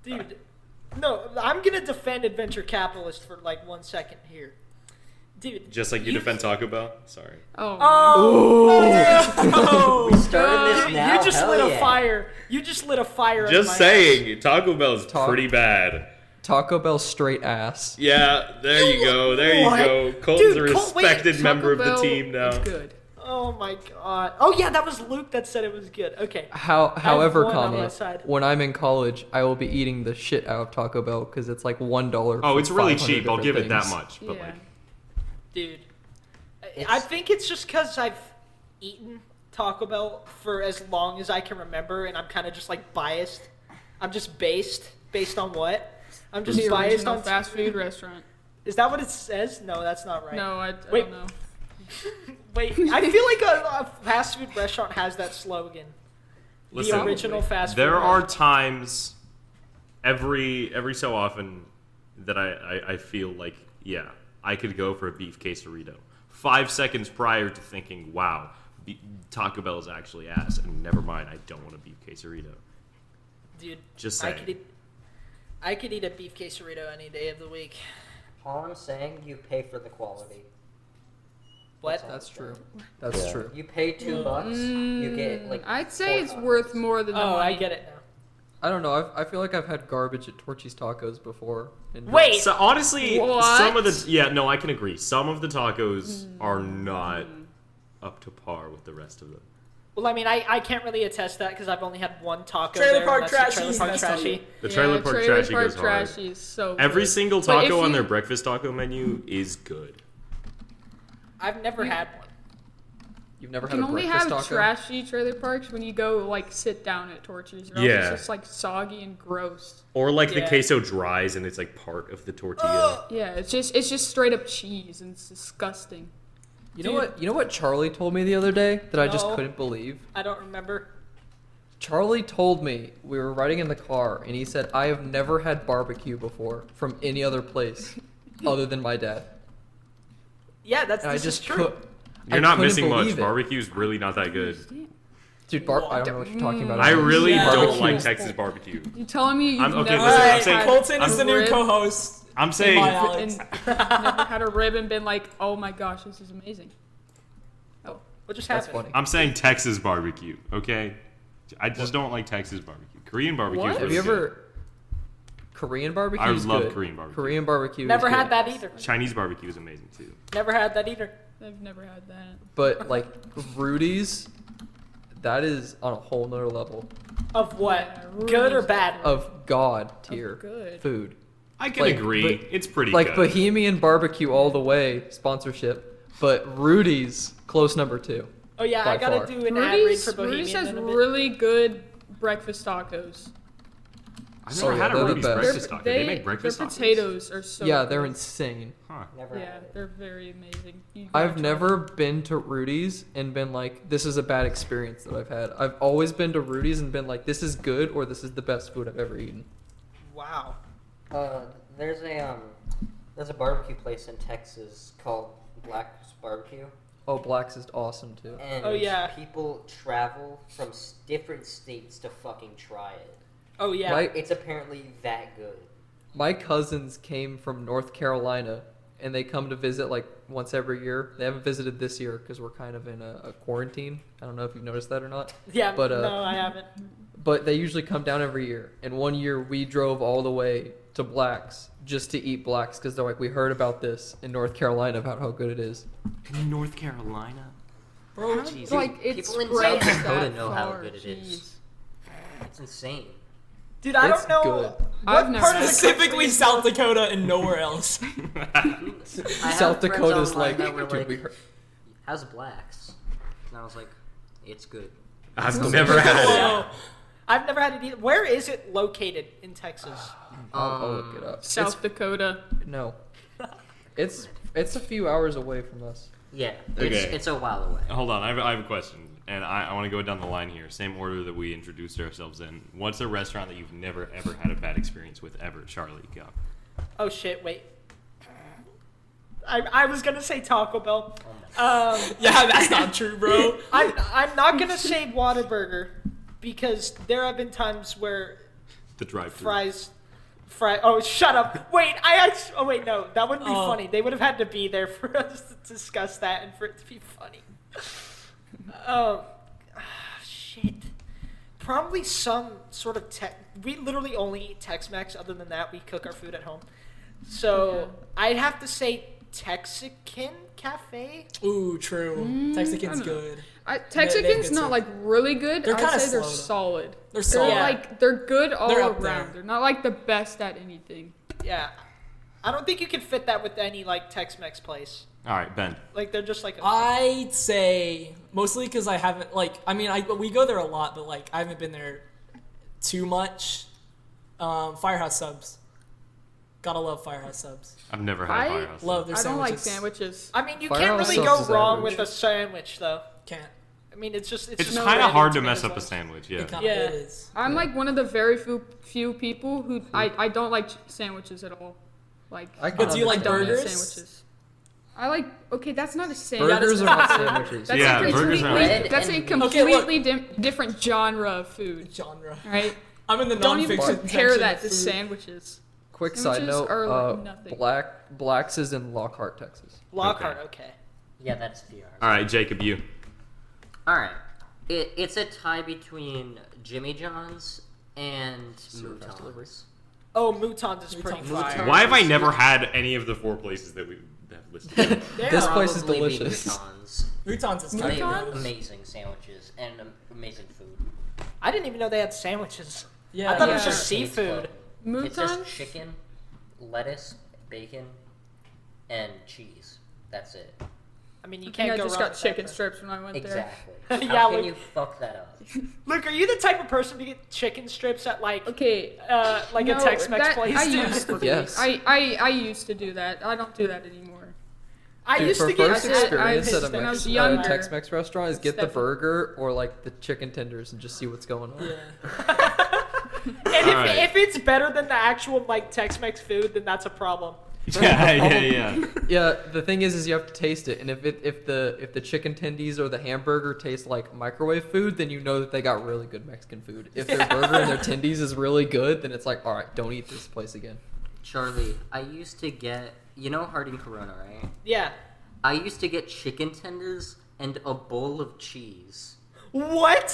dude. No, I'm gonna defend adventure capitalist for like one second here, dude.
Just like you, defend Taco Bell. Sorry.
Oh,
Oh, no.
Starting this
you,
now.
you just
Hell
lit
yeah.
a fire. You just lit a fire. under my
Just saying, Taco Bell's
Ta-
pretty bad.
Taco Bell straight ass.
Yeah, there you go, there you
What?
go. Colton's a
Dude, Colt- wait,
respected
Taco
member of the
Bell
team now.
is good.
Oh my god. Oh yeah, that was Luke that said it was good. Okay.
How, however,
one on my
comma,
side.
when I'm in college, I will be eating the shit out of Taco Bell because it's like one dollar.
Oh, it's really cheap. I'll give it that much. But
yeah.
like,
dude. I- I
It's-
think it's just because I've eaten Taco Bell for as long as I can remember, and I'm kind of just like biased. I'm just based based on what? I'm just
The
biased
original
on.
fast food restaurant.
Is that what it says? No, that's not right.
No, I, I
Wait.
don't know.
Wait, I feel like a, a fast food restaurant has that slogan.
Listen,
the original fast food.
there are
restaurant.
times every every so often that I, I, I feel like, yeah, I could go for a beef quesarito. Five seconds prior to thinking, wow, be- Taco Bell is actually ass, and never mind, I don't want a beef quesarito.
dude.
Just
I
saying.
could eat. I could eat a beef quesarito any day of the week.
All I'm saying, you pay for the quality.
What?
all
That's
I'm
true.
saying.
That's true.
You pay two bucks, you get like.
Mm, I'd
four
say it's
tacos.
worth more than. the
Oh, I
money.
get it now.
I don't know. i I feel like I've had garbage at Torchy's Tacos before. and-
Wait.
So honestly,
What? Hmm.
some of the yeah, no, I can agree. Some of the tacos are not up to par with the rest of them.
Well, I mean, I, I can't really attest that because I've only had one taco.
Trailer
there, and
park
that's the
trashies,
Trailer park
that's on
trashy.
you.
The
Yeah,
trailer park trashy
park
goes hard.
trashy is so
Every
good.
single
But if
taco on
you-
their breakfast taco menu is good.
I've never
You-
had one.
You've never
You
had
can
a
only
breakfast
have
taco.
trashy trailer parks when you go like sit down at Torchy's. Or else
Yeah.
it's just like soggy and gross.
Or like
Yeah.
the queso dries and it's like part of the tortilla.
Yeah, it's just it's just straight up cheese and it's disgusting.
You know
Dude.
what? You know what Charlie told me the other day that I just
No.
couldn't believe.
I don't remember.
Charlie told me we were riding in the car, and he said, "I have never had barbecue before from any other place other than my dad."
Yeah, that's
And I
this
just
is true.
could.
You're
I
not
couldn't
missing much.
believe it.
Barbecue's really not that good.
Dude, bar- I don't know what you're talking about.
Mm. I really
Yeah.
don't like
Barbecue's-
Texas barbecue.
You telling me you've
I'm- okay,
never
listen, I'm
had
saying-
Colton is the new
rib
co-host.
I'm
in my
saying
alley.
and never had a rib and been like, oh my gosh, this is amazing. Oh,
What just
That's
happened?
funny.
I'm saying Texas barbecue, okay? I just don't like Texas barbecue. Korean barbecue is
What?
Have
really
you ever
good.
Korean barbecue?
I
is
love
good.
Korean barbecue.
Korean barbecue. is
Never
good.
had that either.
Chinese barbecue is amazing too.
Never had that either.
I've never had that.
But like Rudy's, that is on a whole nother level
Of
Yeah,
what?
really
Good or
is
bad?
of god tier
good.
food.
I can
Like,
agree.
but-
it's pretty
like
good.
Bohemian barbecue all the way sponsorship, but Rudy's close number two.
oh yeah,
by
I gotta
far.
do an ad read
Rudy's,
for Bohemian.
Rudy's has
in a bit.
really good breakfast tacos.
I've
Oh,
never
yeah,
had a
they're the
Rudy's
best.
breakfast taco. They, make breakfast
Their
tacos.
potatoes are so
yeah, they're
good.
insane.
Huh.
Never.
Yeah,
had it.
they're very amazing. You gotta
I've
try
never
them.
been to Rudy's and been like, this is a bad experience that I've had. I've always been to Rudy's and been like, this is good or this is the best food I've ever eaten.
Wow.
Uh, there's a um, there's a barbecue place in Texas called Black's Barbecue,
Oh, Black's is awesome too.
and
Oh, yeah.
people travel from s- different states to fucking try it.
Oh yeah.
My,
It's apparently that good.
my cousins came from North Carolina and they come to visit like once every year. They haven't visited this year because we're kind of in a, a quarantine. I don't know if you've noticed that or not.
yeah.
but, uh,
no, I haven't.
But they usually come down every year. And one year we drove all the way to Black's just to eat Black's because they're like, we heard about this in North Carolina about how good it is.
In North Carolina.
Bro, like it's
people in
spread
South Dakota
that
know how
far,
good it is.
jeez.
It's insane.
Dude, I
it's
don't know.
good.
What
I've never-
part of the
Specifically South Dakota and nowhere else.
I have
South
friends
Dakota's
online
like,
that were
dude, we heard.
how's Black's? And I was like, it's good.
I've never had it.
Whoa. I've never had it either. Where is it located in Texas?
I'll, I'll look it up.
South Dakota.
um,
It's- no. It's it's a few hours away from us.
Yeah,
Okay.
it's, it's a while away.
Hold on, I have, I have a question, and I, I want to go down the line here. Same order that we introduced ourselves in. What's a restaurant that you've never ever had a bad experience with ever? Charlie, go.
Oh shit! Wait. I, I was gonna say Taco Bell. Um,
yeah, that's not true, bro.
I'm I'm not gonna say Whataburger because there have been times where
The drive through.
fries. Fry. Oh, shut up! Wait, I. Act- oh, wait, no, that wouldn't be
Oh.
funny. They would have had to be there for us to discuss that and for it to be funny. Oh, ah, shit! Probably some sort of tech. We literally only eat Tex-Mex. Other than that, we cook our food at home. So I'd have to say Texican cafe.
Ooh, true.
Mm,
Texican's
I don't know.
good.
I,
they're
Texican's
good
not
too.
like really good.
They're
I'd
kinda
say they're
slow, though.
solid.
They're
They're
solid.
Yeah.
like they're good all
They're up
around.
there.
They're not like the best at anything.
Yeah, I don't think you can fit that with any like Tex-Mex place.
All right, Ben.
Like they're just like. a-
I'd say mostly because I haven't like I mean I we go there a lot, but like I haven't been there too much. Um, Firehouse subs, gotta love Firehouse subs.
I've never had
I
a firehouse.
Love their
I don't like sandwiches.
sandwiches.
I mean, you
Firehouse
can't really
subs
go
is
wrong
average.
with a sandwich, though.
Can't.
I mean, it's just it's,
It's
just
kind of
bread
hard
and
to mess
tomato
up a
sauce.
sandwich.
It
Yeah.
kinda
Yeah.
it is.
I'm like one of the very few few people who I, I don't like ch- sandwiches at all. Like
I
But do you like
don't eat
burgers?
Sandwiches. I like okay, that's not a sandwich.
Burgers are not sandwiches.
That's
Yeah,
a completely
burgers are-
Bread
that's a
and-
completely
Okay,
dim- different genre of food.
Genre.
All right,
I'm in the
don't even
nonfiction
compare
section
that
of
to
food.
sandwiches.
Quick side
Sandwiches
note:
are
uh,
like nothing.
Black Blacks is in Lockhart, Texas.
Lockhart, okay.
Yeah, that's VR.
All right, Jacob, you.
All right. It, it's a tie between Jimmy John's and
Zero fast delivery.
Mouton's.
Oh, Moutons is pretty
Moutons.
fire.
Moutons.
Why have I never had any of the four places that we have listed?
There
This
are-
place is
Probably be
delicious.
Mouton's.
Woutons is
They
tight.
have
Mouton's?
amazing sandwiches and am- amazing food.
I didn't even know they had sandwiches.
Yeah.
I thought it was
Yeah.
just
Taste
seafood.
well. It's just
Mouton's?
chicken, lettuce, bacon, and cheese. That's it.
I mean, you
I
can't
think I
go
just
wrong
got
with
chicken
that,
strips when I went
Exactly.
Yeah,
How can
like-
you fuck that up?
but- Luke, are you the type of person to get chicken strips at like
there. Okay,
uh, like a
no,
Tex-Mex
that-
place?
I
dude?
used to.
Yes.
I, I I used to do that. I don't do that anymore.
I
Dude,
used
for
to get
first
I- I-
experience at a
when I
Mex-
was
uh,
younger,
Tex-Mex restaurant is get the
definitely-
burger or like the chicken tenders and just see what's going on.
Yeah.
and if,
Alright.
if it's better than the actual like Tex-Mex food, then that's a problem.
yeah, yeah, yeah.
Yeah, the thing is, is you have to taste it, and if it, if the if the chicken tendies or the hamburger taste like microwave food, then you know that they got really good Mexican food. If their burger and their tendies is really good, then it's like, all right, don't eat this place again.
Charlie, I used to get. You know Harding Corona, right?
Yeah.
I used to get chicken tenders and a bowl of cheese.
What?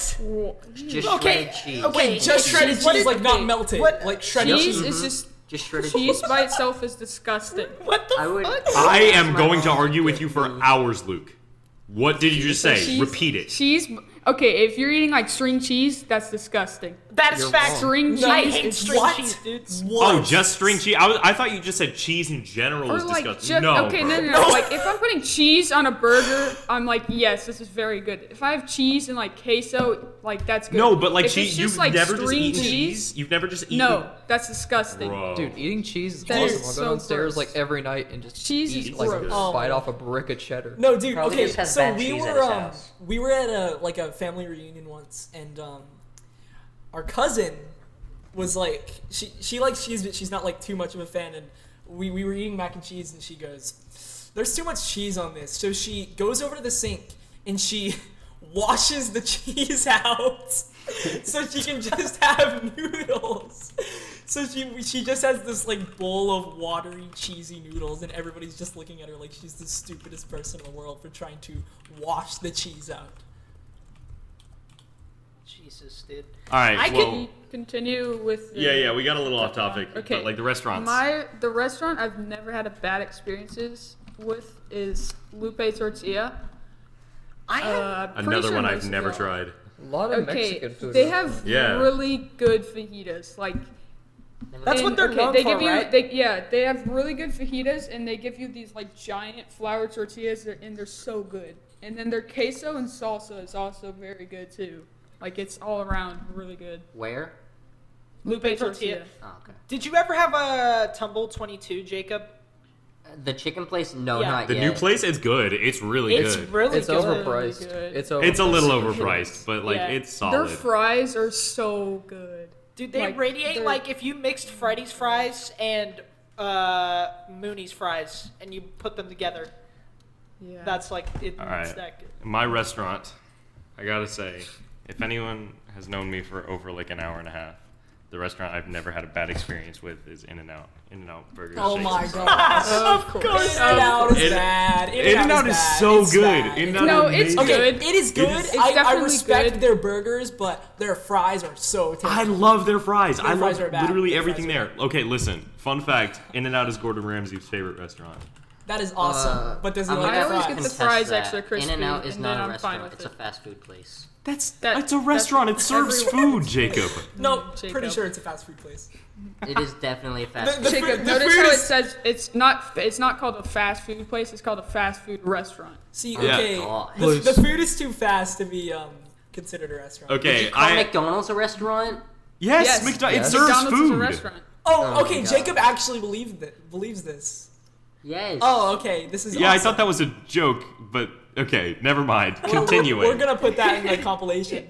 Just
Okay,
shredded cheese.
okay,
And
Just
What
shredded
is-
cheese,
what is-
like not
okay,
melted.
what-
Like shredded
Cheese
Mm-hmm.
cheese.
is just
Just shredded
cheese by itself is disgusting.
What the
I would.
fuck?
Oh.
I am
My
going to
mom
argue
would
with
get
you for
me-
hours, Luke. What did you just say?
Cheese-
Repeat it.
Cheese. Okay, if you're eating like string cheese, that's disgusting.
That is
You're
fact.
Oh.
wrong.
String cheese.
I hate
is
string
what?
cheese, dude.
What?
Oh, just string cheese. I, was, I thought you just said cheese in general
Or
is
like
disgusting.
just
no,
okay,
bro.
no, no, no. like if I'm putting cheese on a burger, I'm like, yes, this is very good. If I have cheese and like queso, like that's good.
No, but like
if it's
cheese,
just
you've
like
never just
string
eaten cheese. You've never just eaten.
No, that's disgusting.
Bro.
Dude, eating cheese is
That
awesome.
is
I'll
so
go downstairs
gross.
like every night and just
Cheese is
eat, like
gross.
Oh.
bite off a brick of cheddar.
No, dude.
Probably
okay,
just has
so
bad
we
cheese at
were
his
um,
house.
we were at a like a family reunion once, and um, our cousin was like, she she likes cheese, but she's not like too much of a fan. And we we were eating mac and cheese, and she goes, "There's too much cheese on this." So she goes over to the sink and she washes the cheese out, so she can just have noodles. So she she just has this like bowl of watery cheesy noodles, and everybody's just looking at her like she's the stupidest person in the world for trying to wash the cheese out.
Jesus, dude.
All right.
I
well,
can-
Continue with the,
Yeah, yeah. We got a little off topic.
Okay.
But like the restaurants.
My the restaurant I've never had a bad experiences with is Lupe Tortilla.
I
Uh,
have
I'm pretty
Another
sure
one I've
most of
never
y'all-
tried.
A lot of
Okay,
Mexican food.
they
is-
have
Yeah.
really good fajitas. Like
That's what
And-
they're known
they
for,
give you,
right?
They, yeah, they have really good fajitas, and they give you these like giant flour tortillas, that- and they're so good. And then their queso and salsa is also very good too. Like it's all around really good.
Where?
Lupe
tortilla.
tortilla.
Oh, okay.
Did you ever have a tumble twenty two, Jacob?
Uh, The chicken place? No,
Yeah.
not
The
yet.
new place is good. It's really
it's
good.
really
it's
good.
overpriced.
good.
It's overpriced.
it's a little overpriced, but like
Yeah.
it's
Their
solid.
fries are so good.
Dude, they
Like,
radiate
they're-
like if you mixed Freddy's fries and uh, Mooney's fries and you put them together.
Yeah.
That's like it,
All right.
it's that good.
My restaurant, I gotta say, If anyone has known me for over like an hour and a half, the restaurant I've never had a bad experience with is In and Out. In and Out Burger.
Oh
shakes
my
and fries.
god.
Of course.
In-N-Out is
In-
bad.
In-N-Out is so
It's
good.
bad.
In-N-Out
No,
is
it's
amazing.
Okay,
good.
it is good.
It's
I, I
definitely
respect
good.
their burgers, but their fries are so
I
terrible.
love their fries. I
fries
love
are bad.
literally
Their
everything
fries are
there. Okay, listen. Fun fact: In-N-Out is Gordon Ramsay's favorite restaurant.
That is awesome,
Uh,
but doesn't
I'm
like
gonna
their
I always
fries.
get the
contest
fries
that.
extra crispy,
In-N-Out is
and
not
then
a
I'm fine
restaurant;
with
it's
it.
a fast food place.
That's
That-
it's a
that's-
restaurant. It serves
everyone-
food, Jacob.
No,
Jacob.
pretty sure it's a fast food place.
It is definitely a fast
The-
food.
the-
Jacob,
fr-
notice
food
how it
is-
says it's not it's not called a fast food place. It's called a fast food restaurant.
See,
Yeah.
okay,
God.
the, the food is too fast to be um, considered a restaurant.
Okay,
Call
I
McDonald's a restaurant?
yes, McDo- it
yes.
serves
McDonald's
food.
is a restaurant.
Oh,
Oh my
okay.
God.
Jacob actually believed that believes this.
Yes.
Oh, okay. This is
Yeah, I
awesome.
thought that was a joke, but okay, never mind.
We're- we're-
Continuing.
We're, gonna put that in the compilation.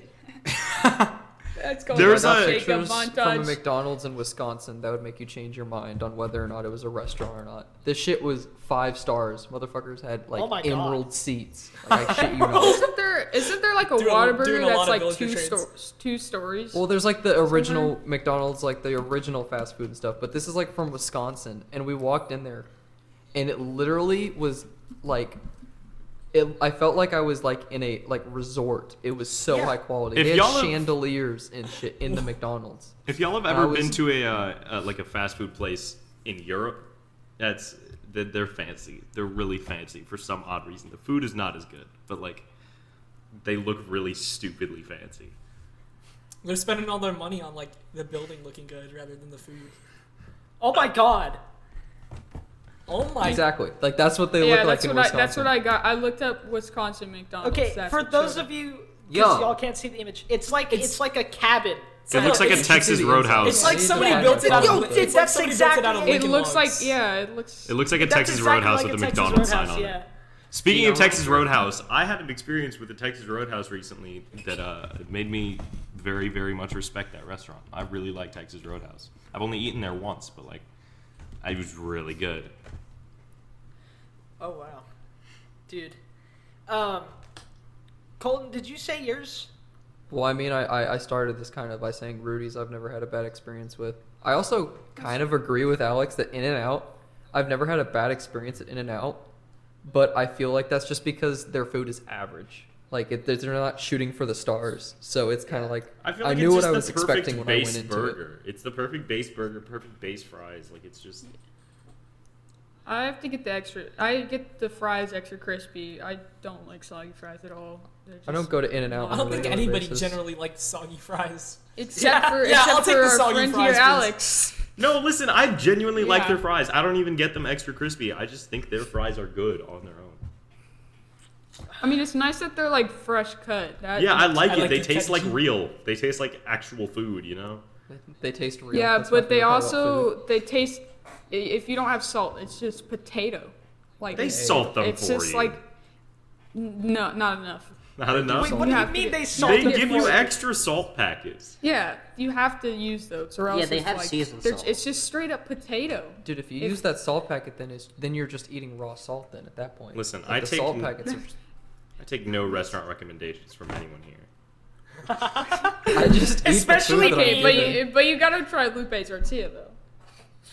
That's called
There's
a
a-
Jacob
pictures from a
montage.
McDonald's in Wisconsin that would make you change your mind on whether or not it was a restaurant or not. This shit was five stars. Motherfuckers had like
Oh my God.
emerald seats. Like, I shit you not.
Isn't there isn't there like a
Doing a- doing
Whataburger
a lot
that's
of
like
villager
two
trades.
sto- two stories?
Well, there's like the original McDonald's, like the original fast food and stuff, but this is like from Wisconsin, and we walked in there, and it literally was like, it. I felt like I was like in a like resort. It was so
Yeah.
high quality.
If
they
y'all have-
had chandeliers and shit in the McDonald's.
If y'all have
I
ever
was-
been to a uh, uh, like a fast food place in Europe, that's they're, they're fancy. They're really fancy for some odd reason. The food is not as good, but like they look really stupidly fancy.
They're spending all their money on like the building looking good rather than the food.
Oh my god.
Oh my!
Exactly. Like that's what they
yeah,
look like
that's
in
what I
Wisconsin.
that's what I got. I looked up Wisconsin McDonald's.
Okay,
That's
for
what
those
showed
of you,
Yo.
because y'all can't see the image, it's like it's,
It's-
like a cabin.
It looks like a
it's-
Texas
it's-
Roadhouse.
It's like
Yeah,
somebody
yeah,
built it
yeah.
out.
Yo,
Of, it's like
that's
somebody built it out of
exactly-
it.
Lincoln
It looks like
logs.
yeah, it looks.
It looks like a
That's
Texas
exactly
Roadhouse
like
with a,
Texas
McDonald's
Roadhouse,
sign on
yeah.
it. Speaking of
You know-
Texas Roadhouse, I had an experience with a Texas Roadhouse recently that uh, made me very, very much respect that restaurant. I really like Texas Roadhouse. I've only eaten there once, but like, it was really good.
Oh wow, dude. Um, Colton, did you say yours?
Well, I mean, I, I I started this kind of by saying Rudy's. I've never had a bad experience with. I also kind of agree with Alex that In and Out. I've never had a bad experience at In and Out, but I feel like that's just because their food is average. Like it, they're not shooting for the stars, so it's kind of like I,
I feel like
knew
it's
what
just
I
the
was
perfect
expecting when I
base
went into it.
burger. It's the perfect base burger, perfect base fries. Like it's just
I have to get the extra. I get the fries extra crispy. I don't like soggy fries at all. They're
I
just-
don't go to In and Out.
I don't think anybody generally likes soggy fries.
Except
Yeah,
for
yeah,
except
I'll take
for
the
our
soggy
friend
fries,
here,
please.
Alex.
no. Listen, I genuinely like
Yeah.
their fries. I don't even get them extra crispy. I just think their fries are good on their own.
I mean, it's nice that they're like fresh cut. That,
Yeah, I like
I
it.
like
they
the
taste like
texture.
real. They taste like actual food. You know.
They taste real.
yeah,
That's my
but they
favorite part about food.
also they taste. i- If you don't have salt, it's just potato. Like
They
it's-
salt them
It's
for
just
you.
like n- no, not enough.
Not enough.
Wait, what do
Yeah.
you mean they
they
salted it
give you
for
extra salt packets.
Yeah, you have to use those, or else
Yeah, they
it's
have
like,
seasoned
they're-
salt.
It's just straight up potato.
Dude, if you
If-
use that salt packet, then it's, then you're just eating raw salt. Then at that point,
Listen,
Like,
I
the
take
salt
n-
packets. Are just,
I take no restaurant recommendations from anyone here.
I just eat the food
Especially
that I'm
Okay, but
given.
you, but you gotta try Lupe's tortilla though.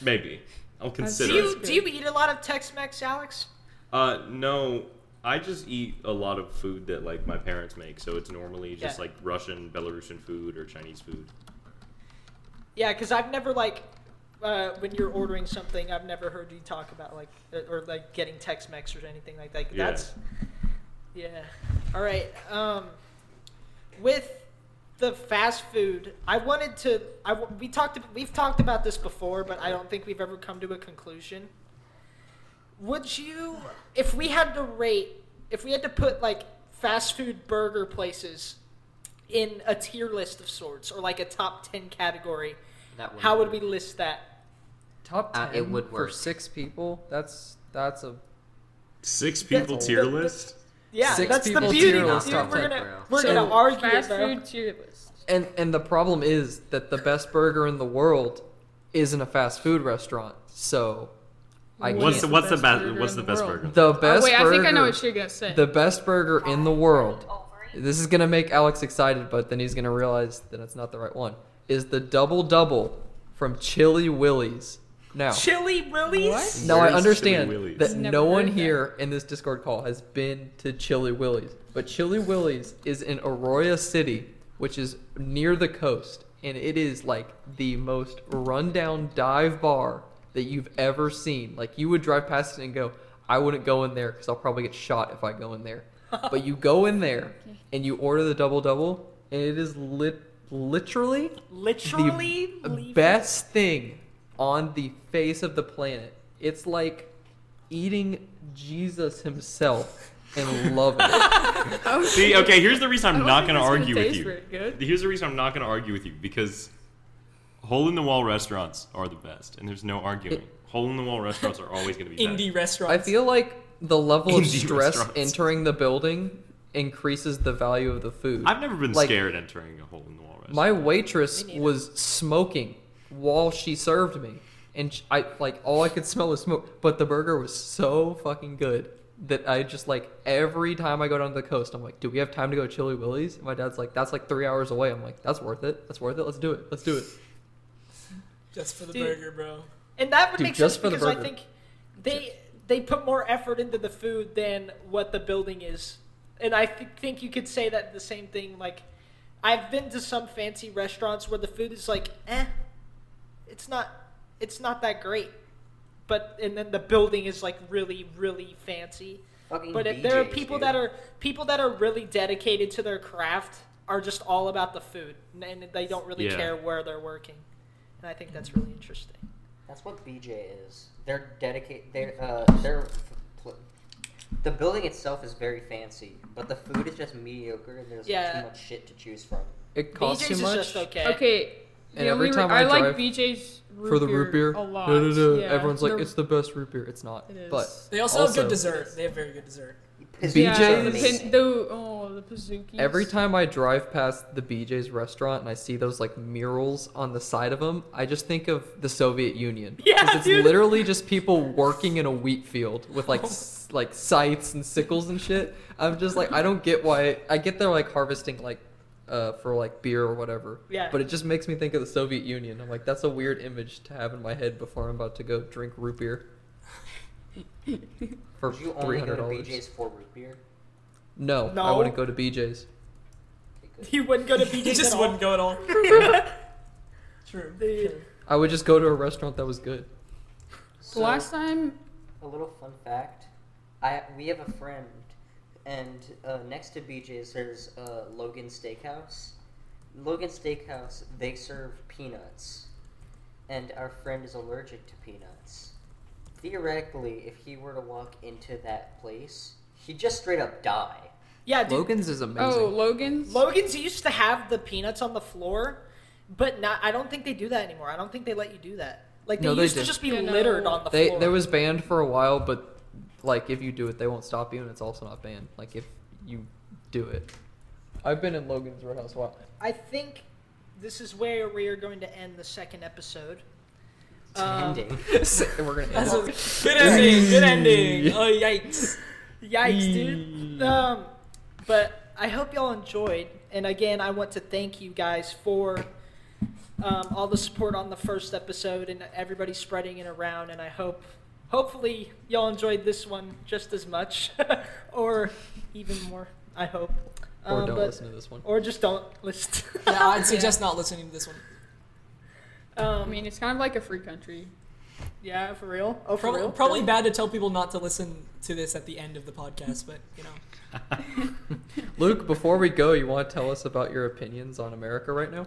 Maybe I'll
Do
consider.
you
it.
do you eat a lot of Tex-Mex, Alex?
Uh, no, I just eat a lot of food that like my parents make, so it's normally just
Yeah.
like Russian, Belarusian food or Chinese food.
Yeah, because I've never like uh, when you're ordering something, I've never heard you talk about like uh, or like getting Tex-Mex or anything like that.
Yeah.
That's yeah. All right. Um, with the fast food, I wanted to. I w- we talked. We've talked about this before, but I don't think we've ever come to a conclusion. Would you, if we had to rate, if we had to put like fast food burger places in a tier list of sorts or like a top 10 category,
That one.
how would we list that?
top ten
Uh, it would
for
work.
six people. That's that's a
Six
That's-
people
that's-
tier list.
Yeah,
Six
that's the
people
beauty.
tier
Dude,
list, top
we're
10,
gonna
bro.
we're
So-
gonna argue
Fast
it, bro.
food tier list.
and and the problem is that the best burger in the world isn't a fast food restaurant. So I
What
What's
is
the
can't.
what's the
best
best?
burger
What's
in
the
the
best
world?
burger?
The best
oh, wait,
burger.
I think I know what you're gonna say.
the best burger in the world This is gonna make Alex excited, but then he's gonna realize that it's not the right one. Is the double double from Chili Willy's? Now,
Chili Willy's?
What?
now I
Where's
understand
Chili Willy's?
that
Never
no one
heard that.
here in this Discord call has been to Chili Willy's, but Chili Willy's is in Arroyo City, which is near the coast, and it is like the most rundown dive bar that you've ever seen. Like you would drive past it and go, "I wouldn't go in there because I'll probably get shot if I go in there." but you go in there and you order the double double, and it is lit literally
Literally? leave-
the best thing on the face of the planet. It's like eating Jesus himself and loving it.
See, okay, here's the reason I'm not going to argue with you.
Good.
Here's the reason I'm not going to argue with you because hole in the wall restaurants are the best, and there's no arguing. Hole in the wall restaurants are always going to be better.
Indie
I
restaurants.
feel like the level of
Indie
stress
restaurants.
entering the building increases the value of the food.
I've never been
Like-
scared entering a hole in the wall restaurant.
My waitress was smoking while she served me, and sh- I like all I could smell was smoke. But the burger was so fucking good that I just like every time I go down to the coast, I'm like, "Do we have time to go Chili Willy's?" And my dad's like, "That's like three hours away." I'm like, "That's worth it. That's worth it. Let's do it. Let's do it."
just for the
Dude.
burger, bro.
And that would
Dude,
make
just
sense
for the
because I
burger.
think they they put more effort into the food than what the building is. And I th- think you could say that the same thing. Like, I've been to some fancy restaurants where the food is like, eh, it's not it's not that great. But and then the building is like really really fancy.
Fucking
But if there are
BJ's,
people
dude.
that are people that are really dedicated to their craft are just all about the food and they don't really
Yeah.
care where they're working. And I think that's really interesting.
That's what BJ is. They're dedicated. They're uh. They're. Pl- the building itself is very fancy, but the food is just mediocre, and there's
Yeah.
too much shit to choose from.
It costs
BJ's
too much
is just okay.
Okay.
And
yeah,
every
we
time
were,
I
I, like
drive-
BJ's root
for the root beer.
a lot.
No, no, no.
Yeah.
Everyone's like,
They're-
"It's the best root beer." It's not.
It is.
But
They also, have
Also-
good dessert. They have very good dessert.
Yeah,
the,
BJ's-
pin, the oh the Pizookies.
Every time I drive past the BJ's restaurant and I see those like murals on the side of them, I just think of the Soviet Union. 'Cause
Yeah,
it's
dude. Oh.
literally just people working in a wheat field with like s- like scythes and sickles and shit. I'm just like I don't get why I get they're like harvesting like uh, for like beer or whatever.
Yeah.
But it just makes me think of the Soviet Union. I'm like that's a weird image to have in my head before I'm about to go drink root beer. For
Would you only
three
go
hundred
to
dollars.
BJ's for root beer?
No, I
No.
wouldn't go to BJ's.
Okay, good.
He wouldn't go to
He
BJ's
just
at
wouldn't
all.
go at all. True.
Dude.
true.
I would just go to a restaurant that was good.
the last time,
a little fun fact. I we have a friend, and uh, next to BJ's there's uh, Logan Steakhouse. Logan Steakhouse they serve peanuts, and our friend is allergic to peanuts. Theoretically, if he were to walk into that place, he'd just straight up die.
Yeah, dude.
Logan's is amazing.
oh Logan's.
Logan's used to have the peanuts on the floor, but not. I don't think they do that anymore. I don't think they let you do that. Like they
No, they
used
do.
to just be
Yeah, no.
littered on the
they
floor.
they was banned for a while, but like if you do it, they won't stop you, and it's also not banned. Like if you do it, I've been in Logan's Roadhouse a while.
I think this is where we are going to end the second episode.
It's
Um,
ending.
And we're gonna.
That's
End
a,
it.
good ending. Good ending. Oh yikes.
Yikes, dude. Um, but I hope y'all enjoyed. And again, I want to thank you guys for um, all the support on the first episode and everybody spreading it around. And I hope, hopefully, y'all enjoyed this one just as much or even more. I hope.
Or
Um,
don't
but-
listen to this one.
Or just don't listen.
Yeah, I'd suggest not listening to this one.
um,
I mean, it's kind of like a free country.
yeah, for real. Oh, for
Prob-
real.
Probably
Really?
bad to tell people not to listen to this at the end of the podcast, but you know.
Luke, before we go, you want to tell us about your opinions on America right now?